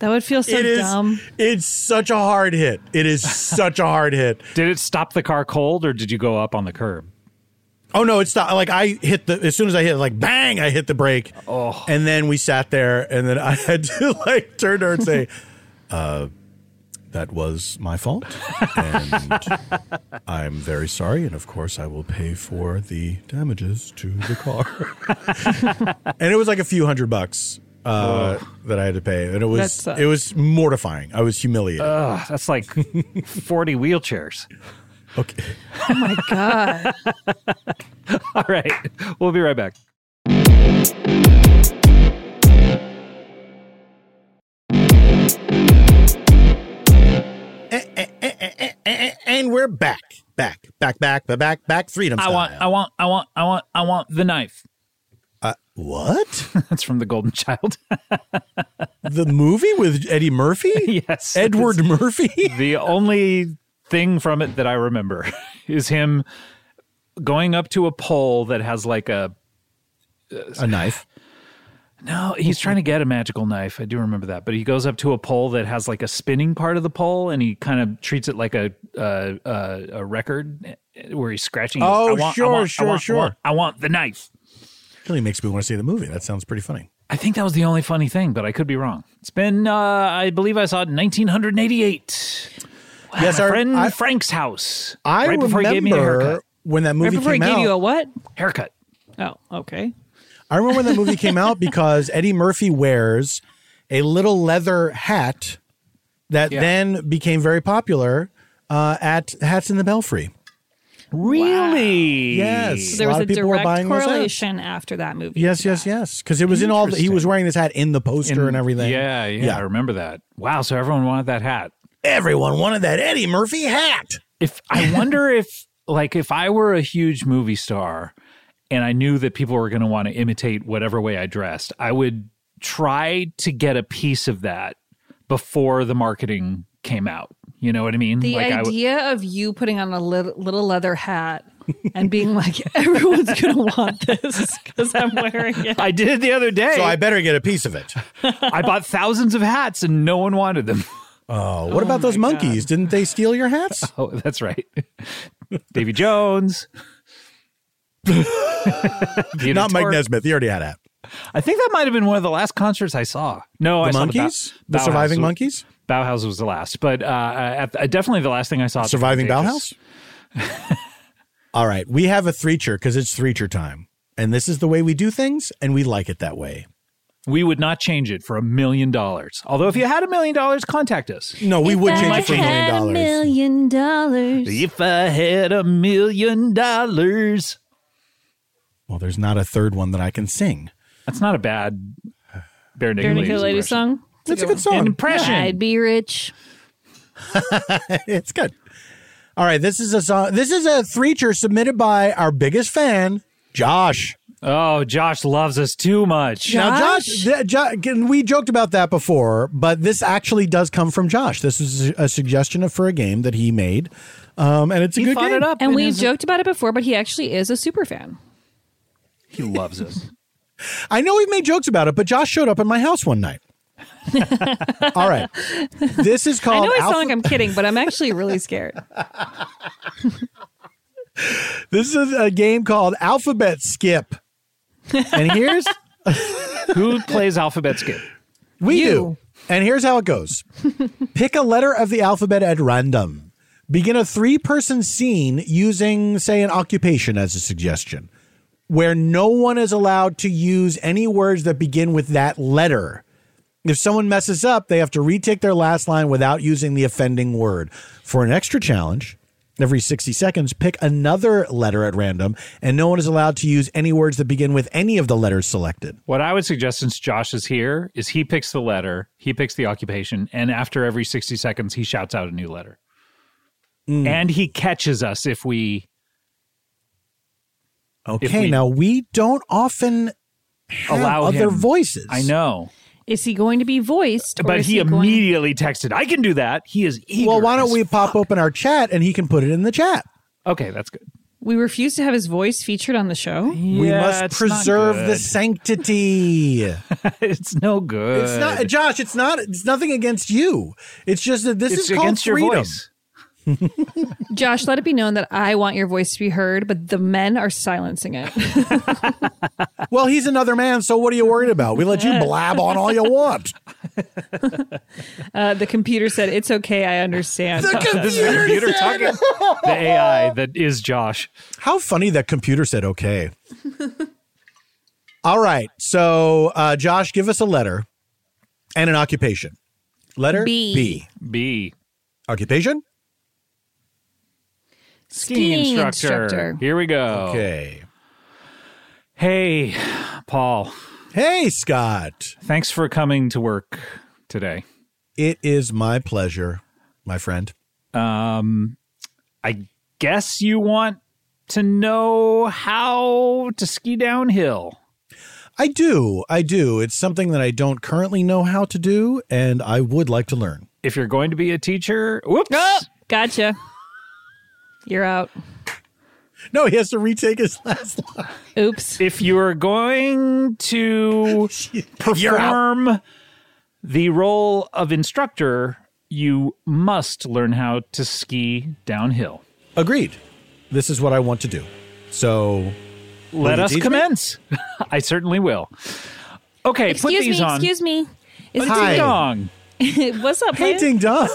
[SPEAKER 4] That would feel so
[SPEAKER 1] It is
[SPEAKER 4] dumb.
[SPEAKER 1] it's such a hard hit. It is such a hard hit.
[SPEAKER 2] Did it stop the car cold, or did you go up on the curb?
[SPEAKER 1] Oh no, it's not like I hit the as soon as I hit it, like bang, I hit the brake. Oh. And then we sat there and then I had to like turn to her and say, uh, that was my fault. And I'm very sorry. And of course I will pay for the damages to the car. and it was like a few hundred bucks. Uh, that I had to pay, and it
[SPEAKER 4] That
[SPEAKER 1] was
[SPEAKER 4] sucks.
[SPEAKER 1] it was mortifying. I was humiliated.
[SPEAKER 2] Ugh, that's like forty wheelchairs.
[SPEAKER 1] okay,
[SPEAKER 4] My God.
[SPEAKER 2] All right, we'll be right back.
[SPEAKER 1] and we're back, back, back, back, back, back, back. Freedom.
[SPEAKER 2] I want, I
[SPEAKER 1] style. Uh,
[SPEAKER 2] want, I want, I want, I want the knife.
[SPEAKER 1] what?
[SPEAKER 2] That's from the Golden Child.
[SPEAKER 1] the movie with Eddie Murphy?
[SPEAKER 2] yes,
[SPEAKER 1] Edward Murphy?
[SPEAKER 2] the only thing from it that I remember is him going up to a pole that has like a
[SPEAKER 1] a knife.
[SPEAKER 2] no he's trying to get a magical knife i do remember that but he goes up to a pole that has like a spinning part of the pole and he kind of treats it like a uh, uh, a record where he's scratching He goes,
[SPEAKER 1] Oh,
[SPEAKER 2] I want- I
[SPEAKER 1] sure,
[SPEAKER 2] want- I
[SPEAKER 1] sure,
[SPEAKER 2] want- I
[SPEAKER 1] sure.
[SPEAKER 2] want- I want the knife
[SPEAKER 1] Really makes me want to see the movie. That sounds pretty funny.
[SPEAKER 2] i think that was the only funny thing but i could be wrong it's been uh, i believe i saw it in 1988
[SPEAKER 1] yes,
[SPEAKER 2] my
[SPEAKER 1] our-
[SPEAKER 2] friend
[SPEAKER 1] I,
[SPEAKER 2] frank's house
[SPEAKER 1] I
[SPEAKER 2] right
[SPEAKER 1] remember
[SPEAKER 2] before he gave me a haircut
[SPEAKER 1] when that movie
[SPEAKER 4] Right before I
[SPEAKER 1] came
[SPEAKER 4] gave
[SPEAKER 1] out.
[SPEAKER 4] you a what?
[SPEAKER 2] haircut
[SPEAKER 4] Oh, okay.
[SPEAKER 1] I remember when that movie came out because Eddie Murphy wears a little leather hat that
[SPEAKER 2] Yeah.
[SPEAKER 1] then became very popular uh, at Hats in the Belfry.
[SPEAKER 2] Really?
[SPEAKER 1] Yes.
[SPEAKER 4] There
[SPEAKER 1] a
[SPEAKER 4] was
[SPEAKER 1] lot
[SPEAKER 4] a
[SPEAKER 1] of people were
[SPEAKER 4] direct
[SPEAKER 1] buying those hats.
[SPEAKER 4] correlation after that movie.
[SPEAKER 1] Yes, yes, yes. Because it was in all. The, he was
[SPEAKER 2] Interesting.
[SPEAKER 1] wearing this hat in the poster and everything.
[SPEAKER 2] Yeah, yeah,
[SPEAKER 1] Yeah.
[SPEAKER 2] I remember that. Wow. So everyone wanted that hat.
[SPEAKER 1] Everyone wanted that Eddie Murphy hat.
[SPEAKER 2] If I wonder if, like, if I were a huge movie star and I knew that people were going to want to imitate whatever way I dressed, I would try to get a piece of that before the marketing came out. You know what I mean?
[SPEAKER 4] The
[SPEAKER 2] I would-
[SPEAKER 4] idea of you putting on a lit- little leather hat and being like, everyone's going to want this because I'm wearing it.
[SPEAKER 2] I did it the other day.
[SPEAKER 1] So I
[SPEAKER 2] I,
[SPEAKER 1] better get a piece of it.
[SPEAKER 2] bought thousands of hats and no one wanted them.
[SPEAKER 1] Oh, what about those monkeys? Didn't they steal your hats?
[SPEAKER 2] Oh, that's right. Davy Jones. Peter
[SPEAKER 1] Not Mike
[SPEAKER 2] Tork.
[SPEAKER 1] Nesmith. He already had a hat.
[SPEAKER 2] I think that might have been one of the last concerts I saw. No, Oh, I
[SPEAKER 1] The
[SPEAKER 2] saw
[SPEAKER 1] monkeys?
[SPEAKER 2] Ba-
[SPEAKER 1] The,
[SPEAKER 2] Bauhaus
[SPEAKER 1] surviving
[SPEAKER 2] was-
[SPEAKER 1] monkeys?
[SPEAKER 2] Bauhaus was the last, but uh, at, uh, definitely the last thing I saw. at the
[SPEAKER 1] Surviving
[SPEAKER 2] Contagious.
[SPEAKER 1] Bauhaus? All right. We have a threecher because it's threecher time. And this is the way we do things, and we like it that way.
[SPEAKER 2] We would not change it for a million dollars. Although, if you had a million dollars, contact us.
[SPEAKER 1] No, we would change it for a million dollars.
[SPEAKER 4] million dollars.
[SPEAKER 2] If I had a million dollars,
[SPEAKER 1] Well, there's not a third one that I can sing.
[SPEAKER 2] that's not a bad Bare Naked,
[SPEAKER 4] Dirty
[SPEAKER 2] Ladies
[SPEAKER 4] Lady
[SPEAKER 2] impression.
[SPEAKER 4] song.
[SPEAKER 1] That's a good song.
[SPEAKER 2] Impression.
[SPEAKER 4] I'd be rich.
[SPEAKER 1] it's good. All right. This is a song. This is a threecher submitted by our biggest fan, Josh.
[SPEAKER 2] Oh, Josh loves us too much.
[SPEAKER 1] Now, Josh,
[SPEAKER 4] Josh?
[SPEAKER 1] th- Jo- again, we joked about that before, but this actually does come from Josh. This is a suggestion for a game that he made, um, and it's a good
[SPEAKER 2] fought
[SPEAKER 1] game.
[SPEAKER 2] it up.
[SPEAKER 4] And
[SPEAKER 2] in
[SPEAKER 4] we
[SPEAKER 2] his-
[SPEAKER 4] joked about it before, but he actually is a super fan.
[SPEAKER 2] He loves us.
[SPEAKER 1] I know we've made jokes about it, but Josh showed up at my house one night. All right, this is
[SPEAKER 4] I
[SPEAKER 1] called.
[SPEAKER 4] know I sound
[SPEAKER 1] Alpha-
[SPEAKER 4] like I'm kidding, but I'm actually really scared.
[SPEAKER 1] this is a game called Alphabet Skip, and here's
[SPEAKER 2] Who plays alphabet skip?
[SPEAKER 1] we
[SPEAKER 4] You.
[SPEAKER 1] do. And here's how it goes: pick a letter of the alphabet at random. Begin a three-person scene using, say, an occupation as a suggestion. where no one is allowed to use any words that begin with that letter. If someone messes up, they have to retake their last line without using the offending word. For an extra challenge, every 60 seconds, pick another letter at random, and no one is allowed to use any words that begin with any of the letters selected.
[SPEAKER 2] What I would suggest since Josh is here is he picks the letter, he picks the occupation, and after every 60 seconds, he shouts out a new letter.
[SPEAKER 1] Mm.
[SPEAKER 2] And he catches us if we.
[SPEAKER 1] Okay,
[SPEAKER 2] we-
[SPEAKER 1] now we don't often have
[SPEAKER 2] Allow
[SPEAKER 1] other
[SPEAKER 2] him.
[SPEAKER 1] voices.
[SPEAKER 2] I know.
[SPEAKER 4] Is he going to be voiced? or
[SPEAKER 2] But
[SPEAKER 4] is
[SPEAKER 2] he
[SPEAKER 4] going-
[SPEAKER 2] immediately texted, I can do that. He is eager.
[SPEAKER 1] Well, why don't
[SPEAKER 2] as-
[SPEAKER 1] we pop open our chat and he can put it in the chat?
[SPEAKER 2] Okay, that's good.
[SPEAKER 4] We refuse to have his voice featured on the show.
[SPEAKER 1] we must preserve the sanctity.
[SPEAKER 2] it's no good.
[SPEAKER 1] It's not, Josh. It's not. It's nothing against you. It's just that this
[SPEAKER 2] It's
[SPEAKER 1] is called
[SPEAKER 2] against your
[SPEAKER 1] freedom.
[SPEAKER 2] voice.
[SPEAKER 4] Josh, let it be known that I want your voice to be heard, but the men are silencing it.
[SPEAKER 1] Well, he's another man. So what are you worried about? We let you blab on all you want.
[SPEAKER 4] Uh, the computer said, It's okay, I understand. Oh,
[SPEAKER 1] The
[SPEAKER 2] This is the
[SPEAKER 1] computer.
[SPEAKER 2] computer talking. The AI that is Josh.
[SPEAKER 1] How funny that computer said okay. all right. So uh, Josh, give us a letter and an occupation. Letter
[SPEAKER 4] B.
[SPEAKER 1] B.
[SPEAKER 2] B.
[SPEAKER 1] Occupation.
[SPEAKER 4] Skiing instructor.
[SPEAKER 2] Here we
[SPEAKER 1] Oh.
[SPEAKER 2] go.
[SPEAKER 1] Okay.
[SPEAKER 2] Hey, Paul.
[SPEAKER 1] Hey, Scott.
[SPEAKER 2] Thanks for coming to work today.
[SPEAKER 1] It is my pleasure, my friend.
[SPEAKER 2] Um, I guess you want to know how to ski downhill.
[SPEAKER 1] I do. I do. It's something that I don't currently know how to do, and I would like to learn.
[SPEAKER 2] If you're going to be a teacher, whoops.
[SPEAKER 4] oh, Ah! Gotcha. You're out.
[SPEAKER 1] No, he has to retake his last line.
[SPEAKER 4] Oops.
[SPEAKER 2] If you are going to
[SPEAKER 1] You're out.
[SPEAKER 2] perform the role of instructor, you must learn how to ski downhill.
[SPEAKER 1] Agreed. This is what I want to do. So,
[SPEAKER 2] Let
[SPEAKER 1] you
[SPEAKER 2] us
[SPEAKER 1] teach me?
[SPEAKER 2] commence. I certainly will. Okay, put
[SPEAKER 4] Excuse
[SPEAKER 2] these
[SPEAKER 4] me,
[SPEAKER 2] on.
[SPEAKER 4] excuse me. Is
[SPEAKER 1] Hi.
[SPEAKER 2] Ding dong.
[SPEAKER 4] it, what's up, man?
[SPEAKER 1] painting done.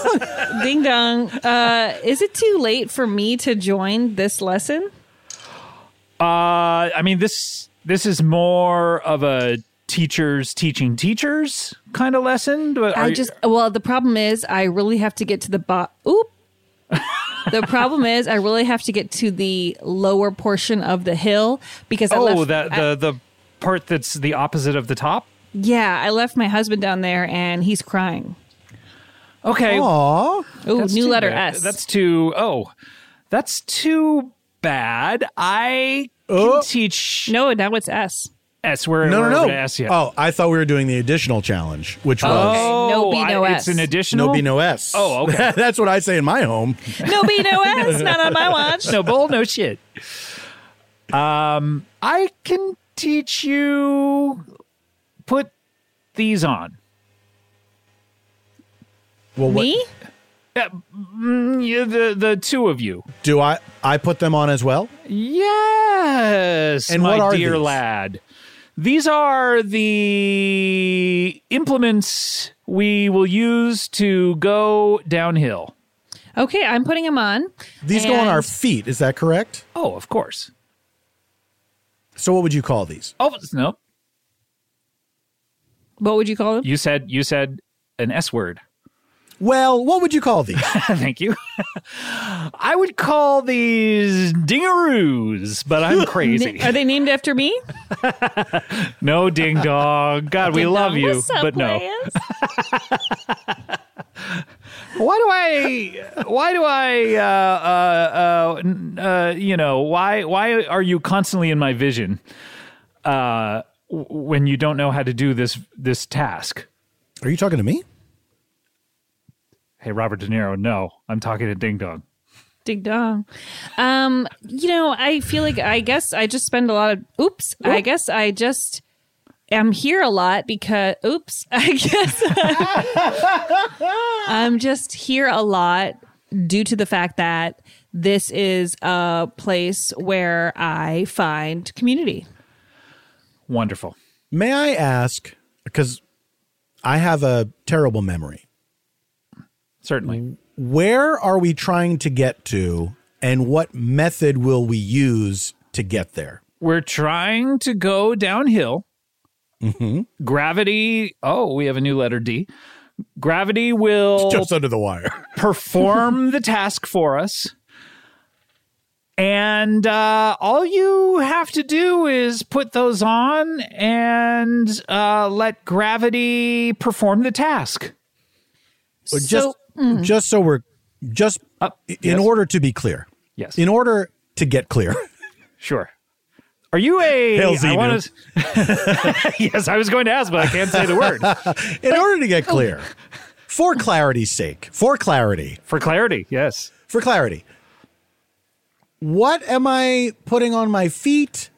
[SPEAKER 4] Ding dong. Uh, is it too late for me to join this lesson?
[SPEAKER 2] Uh, I mean this this is more of a teachers teaching teachers kind of lesson. But are
[SPEAKER 4] I
[SPEAKER 2] you-
[SPEAKER 4] just well, the problem is I really have to get to the bot. Oop. the problem is I really have to get to the lower portion of the hill because I
[SPEAKER 2] oh
[SPEAKER 4] left,
[SPEAKER 2] that
[SPEAKER 4] I-
[SPEAKER 2] the the part that's the opposite of the top.
[SPEAKER 4] yeah I left my husband down there and he's crying.
[SPEAKER 2] Okay,
[SPEAKER 1] Aw.
[SPEAKER 4] Oh,
[SPEAKER 2] that's
[SPEAKER 4] new
[SPEAKER 2] too
[SPEAKER 4] letter
[SPEAKER 2] bad.
[SPEAKER 4] S.
[SPEAKER 2] That's too. Oh, that's too bad. I can
[SPEAKER 1] Oh.
[SPEAKER 2] teach
[SPEAKER 4] no, now it's S.
[SPEAKER 2] S. We're
[SPEAKER 1] No,
[SPEAKER 2] we're
[SPEAKER 1] no,
[SPEAKER 2] over to
[SPEAKER 1] no.
[SPEAKER 2] S yet.
[SPEAKER 1] Oh, I thought we were doing the additional challenge, which was
[SPEAKER 2] Oh,
[SPEAKER 4] No B, no
[SPEAKER 2] I-
[SPEAKER 4] S.
[SPEAKER 2] It's an additional.
[SPEAKER 1] no B, no S.
[SPEAKER 2] Oh, okay.
[SPEAKER 1] That's what I say in my home.
[SPEAKER 4] No B, no S. Not on my watch.
[SPEAKER 2] no bull, no shit. Um, I can teach you. Put these on.
[SPEAKER 1] Well, what
[SPEAKER 4] Me?
[SPEAKER 2] Mm, Yeah, the the two of you.
[SPEAKER 1] do I? I put them on as well.
[SPEAKER 2] Yes,
[SPEAKER 1] And
[SPEAKER 2] my
[SPEAKER 1] what are
[SPEAKER 2] dear
[SPEAKER 1] these?
[SPEAKER 2] lad. These are the implements we will use to go downhill.
[SPEAKER 4] Okay, I'm putting him on.
[SPEAKER 1] These go on
[SPEAKER 4] And-
[SPEAKER 1] our feet. Is that correct?
[SPEAKER 2] Oh, of course.
[SPEAKER 1] So, what would you call these?
[SPEAKER 2] Oh no,
[SPEAKER 4] What would you call them?
[SPEAKER 2] you said you said an S word.
[SPEAKER 1] Well, what would you call these?
[SPEAKER 2] Thank you. I would call these dingaroos, but I'm crazy.
[SPEAKER 4] Are they named after me?
[SPEAKER 2] no ding dong. God, we love you, but no. Why do I? Why do I? Uh, uh, uh, n- uh, you know, why? Why are you constantly in my vision? uh, w- when you don't know how to do this this task.
[SPEAKER 1] Are you talking to me?
[SPEAKER 2] Hey, Robert De Niro, no, I'm talking to Ding Dong.
[SPEAKER 4] Ding dong. Um, you know, I feel like I guess I just spend a lot of oops. I guess I just am here a lot because oops. I guess I'm just here a lot due to the fact that this is a place where I find community.
[SPEAKER 2] Wonderful.
[SPEAKER 1] May I ask? Because I have a terrible memory.
[SPEAKER 2] Certainly.
[SPEAKER 1] Where are we trying to get to, and what method will we use to get there?
[SPEAKER 2] We're trying to go downhill. Gravity. Oh, we have a new letter D. Gravity will
[SPEAKER 1] Just under the wire.
[SPEAKER 2] perform the task for us. And uh, all you have to do is put those on and uh, let gravity perform the task.
[SPEAKER 1] But just
[SPEAKER 4] So- mm.
[SPEAKER 1] just so we're just
[SPEAKER 2] Up.
[SPEAKER 1] in
[SPEAKER 2] Yes.
[SPEAKER 1] order to be clear.
[SPEAKER 2] Yes.
[SPEAKER 1] In order to get clear.
[SPEAKER 2] Sure. Are you a?
[SPEAKER 1] Hail
[SPEAKER 2] I
[SPEAKER 1] Zenu.
[SPEAKER 2] wanna- yes, I was going to ask, but I can't say the word
[SPEAKER 1] In order to get
[SPEAKER 4] Oh.
[SPEAKER 1] clear. For clarity's sake. For clarity.
[SPEAKER 2] for clarity. Yes.
[SPEAKER 1] For clarity. What am I putting on my feet?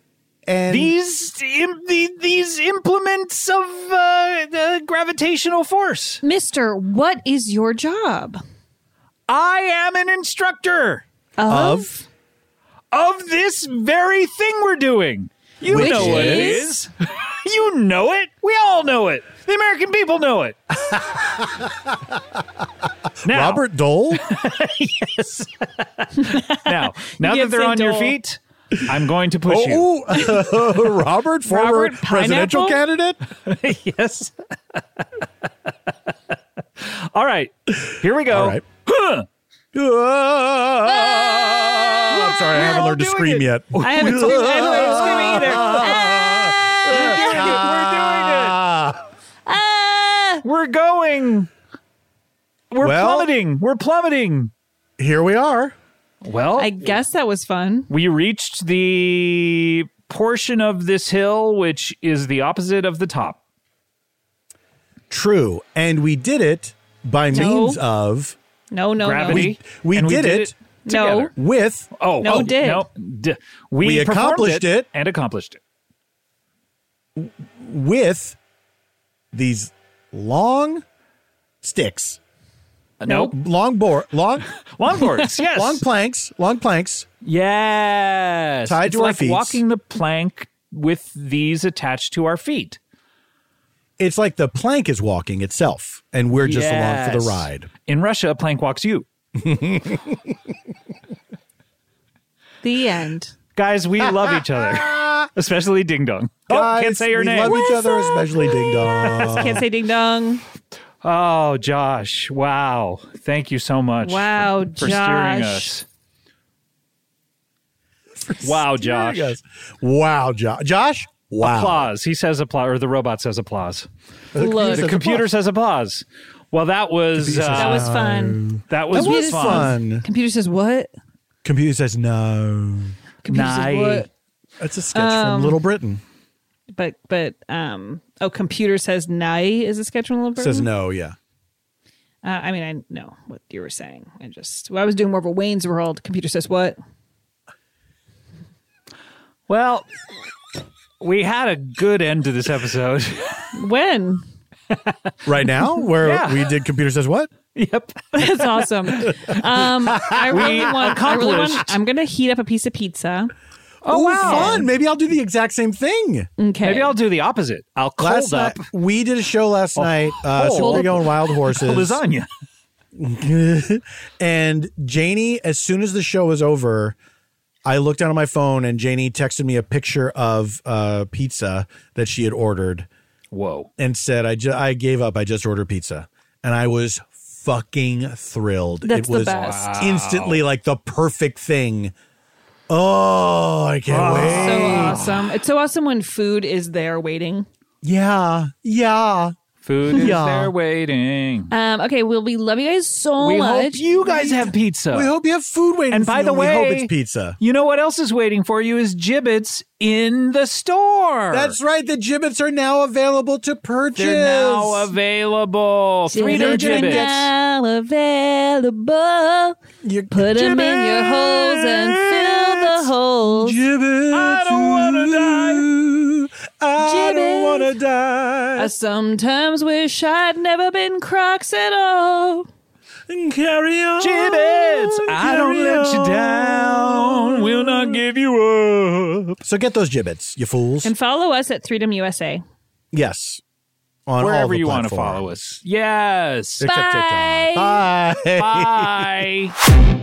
[SPEAKER 1] And
[SPEAKER 2] These Im- the, these implements of uh, the gravitational force.
[SPEAKER 4] Mister, what is your job?
[SPEAKER 2] I am an instructor.
[SPEAKER 1] of
[SPEAKER 2] of this very thing we're doing. You
[SPEAKER 4] Which
[SPEAKER 2] know what it
[SPEAKER 4] is?
[SPEAKER 2] is. you know it. We all know it. The American people know it. now,
[SPEAKER 1] Robert Dole?
[SPEAKER 2] now, now
[SPEAKER 4] You
[SPEAKER 2] that
[SPEAKER 4] said
[SPEAKER 2] they're on your
[SPEAKER 4] Dole.
[SPEAKER 2] feet, I'm going to push you.
[SPEAKER 1] Oh, ooh. Robert, former
[SPEAKER 4] Robert
[SPEAKER 1] presidential
[SPEAKER 4] Pineapple?
[SPEAKER 1] candidate? Oh.
[SPEAKER 2] yes. all right. Here we go.
[SPEAKER 1] All right. Ah, I'm sorry, I haven't
[SPEAKER 2] all
[SPEAKER 1] learned to
[SPEAKER 2] doing
[SPEAKER 1] scream
[SPEAKER 2] it.
[SPEAKER 1] yet.
[SPEAKER 4] I haven't seen I haven't heard you screaming either. Ah.
[SPEAKER 2] We're doing it.
[SPEAKER 1] Ah,
[SPEAKER 4] Ah!
[SPEAKER 2] We're doing it. We're going. We're
[SPEAKER 1] Well-
[SPEAKER 2] plummeting. We're plummeting.
[SPEAKER 1] here we are.
[SPEAKER 2] Well,
[SPEAKER 4] I guess that was fun.
[SPEAKER 2] we reached the portion of this hill which is the opposite of the top.
[SPEAKER 1] True. And we did it by
[SPEAKER 4] No.
[SPEAKER 1] means of
[SPEAKER 4] No, Oh, no,
[SPEAKER 2] Gravity.
[SPEAKER 4] no.
[SPEAKER 1] we
[SPEAKER 2] and
[SPEAKER 1] did it.
[SPEAKER 4] No.
[SPEAKER 2] together.
[SPEAKER 1] with
[SPEAKER 2] Oh,
[SPEAKER 4] No,
[SPEAKER 2] oh,
[SPEAKER 4] did.
[SPEAKER 2] No, d- we,
[SPEAKER 1] We
[SPEAKER 2] performed
[SPEAKER 1] accomplished it.
[SPEAKER 2] and accomplished it.
[SPEAKER 1] with these long sticks,
[SPEAKER 2] No,
[SPEAKER 1] long board, long
[SPEAKER 2] longboards. Yes,
[SPEAKER 1] long planks, long planks.
[SPEAKER 2] yes.
[SPEAKER 1] Tied
[SPEAKER 2] it's
[SPEAKER 1] to our
[SPEAKER 2] like
[SPEAKER 1] feet.
[SPEAKER 2] Walking the plank with these attached to our feet.
[SPEAKER 1] It's like the plank is walking itself, and we're just along for
[SPEAKER 2] Yes.
[SPEAKER 1] the ride.
[SPEAKER 2] In Russia, a plank walks you.
[SPEAKER 4] The end.
[SPEAKER 2] Guys, we love each other, especially Ding Dong. oh, can't
[SPEAKER 1] Guys,
[SPEAKER 2] say your
[SPEAKER 1] we
[SPEAKER 2] name.
[SPEAKER 1] Love each other, especially Ding Dong.
[SPEAKER 4] Can't say ding dong.
[SPEAKER 2] Oh, Josh. Wow. Thank you so much.
[SPEAKER 4] Wow,
[SPEAKER 2] for steering
[SPEAKER 4] Josh.
[SPEAKER 2] us. wow,
[SPEAKER 1] There
[SPEAKER 2] Josh.
[SPEAKER 1] he goes. Wow, Josh. Josh. Wow.
[SPEAKER 2] Applause. He says applause, or the robot says applause.
[SPEAKER 4] Look,
[SPEAKER 2] The computer says applause. Well, that was uh,
[SPEAKER 4] that was fun.
[SPEAKER 2] that was,
[SPEAKER 1] That was
[SPEAKER 2] fun.
[SPEAKER 1] fun.
[SPEAKER 4] Computer says what?
[SPEAKER 1] Computer says no.
[SPEAKER 4] Computer
[SPEAKER 2] Nye.
[SPEAKER 4] says what?
[SPEAKER 1] That's a sketch
[SPEAKER 2] Um,
[SPEAKER 1] from Little Britain.
[SPEAKER 4] But but um oh, computer says nay is a sketch from Little
[SPEAKER 1] Says
[SPEAKER 2] hmm.
[SPEAKER 4] Britain?
[SPEAKER 1] no. Yeah.
[SPEAKER 4] Uh, I mean, I know what you were saying. I just well, I was doing more of a Wayne's World. Computer says what?
[SPEAKER 2] Well, we had a good end to this episode.
[SPEAKER 4] When?
[SPEAKER 1] Right now, where
[SPEAKER 2] Yeah.
[SPEAKER 1] we did computer says what?
[SPEAKER 2] yep.
[SPEAKER 4] That's awesome. Um, I really want. I really want.
[SPEAKER 2] accomplished.
[SPEAKER 4] I'm gonna heat up a piece of pizza.
[SPEAKER 1] Oh, fun. Maybe I'll do the exact same thing.
[SPEAKER 4] Okay.
[SPEAKER 2] Maybe I'll do the opposite. I'll cold
[SPEAKER 1] Last
[SPEAKER 2] up
[SPEAKER 1] night, we did a show last night, uh,
[SPEAKER 2] cold.
[SPEAKER 1] Serpigo and Wild Horses.
[SPEAKER 2] lasagna.
[SPEAKER 1] and Janie, as soon as the show was over, I looked down on my phone and Janie texted me a picture of uh, pizza that she had ordered
[SPEAKER 2] Whoa.
[SPEAKER 1] and said, I, ju- I gave up. I just ordered pizza. And I was fucking thrilled.
[SPEAKER 4] That's
[SPEAKER 1] it
[SPEAKER 4] the
[SPEAKER 1] was
[SPEAKER 4] best.
[SPEAKER 1] instantly like the perfect thing. Oh, I can't wait.
[SPEAKER 4] so awesome. It's so awesome when food is there waiting.
[SPEAKER 1] Yeah. Yeah.
[SPEAKER 2] Food is
[SPEAKER 1] Yeah.
[SPEAKER 2] there waiting.
[SPEAKER 4] Um, okay, well, we love you guys so
[SPEAKER 2] we hope
[SPEAKER 4] much.
[SPEAKER 2] you guys have pizza.
[SPEAKER 1] We hope you have food waiting.
[SPEAKER 2] Uh, and
[SPEAKER 1] for
[SPEAKER 2] by
[SPEAKER 1] you,
[SPEAKER 2] the way,
[SPEAKER 1] we hope it's pizza.
[SPEAKER 2] You know what else is waiting for you is gibbets in the store.
[SPEAKER 1] That's right. The gibbets are now available to purchase.
[SPEAKER 2] They're now available. Three dollar
[SPEAKER 4] Gibbets are
[SPEAKER 2] gibbets.
[SPEAKER 4] now available.
[SPEAKER 1] You
[SPEAKER 4] Put them in your holes and fill the holes.
[SPEAKER 1] Gibbets.
[SPEAKER 2] I don't wanna
[SPEAKER 1] ooh, I don't
[SPEAKER 4] Gibbets.
[SPEAKER 1] want to die.
[SPEAKER 4] I sometimes wish I'd never been Crocs at all.
[SPEAKER 1] Carry on.
[SPEAKER 2] Gibbets. I don't
[SPEAKER 1] carry
[SPEAKER 2] let you
[SPEAKER 1] on.
[SPEAKER 2] down. We'll not give you up.
[SPEAKER 1] So get those gibbets, you fools.
[SPEAKER 4] And follow us at Freedom USA.
[SPEAKER 1] yes. On all
[SPEAKER 2] Wherever
[SPEAKER 1] the
[SPEAKER 2] you want to
[SPEAKER 1] platforms.
[SPEAKER 2] follow us. Yes.
[SPEAKER 1] Except TikTok.
[SPEAKER 4] Bye.
[SPEAKER 1] Bye.
[SPEAKER 2] Bye.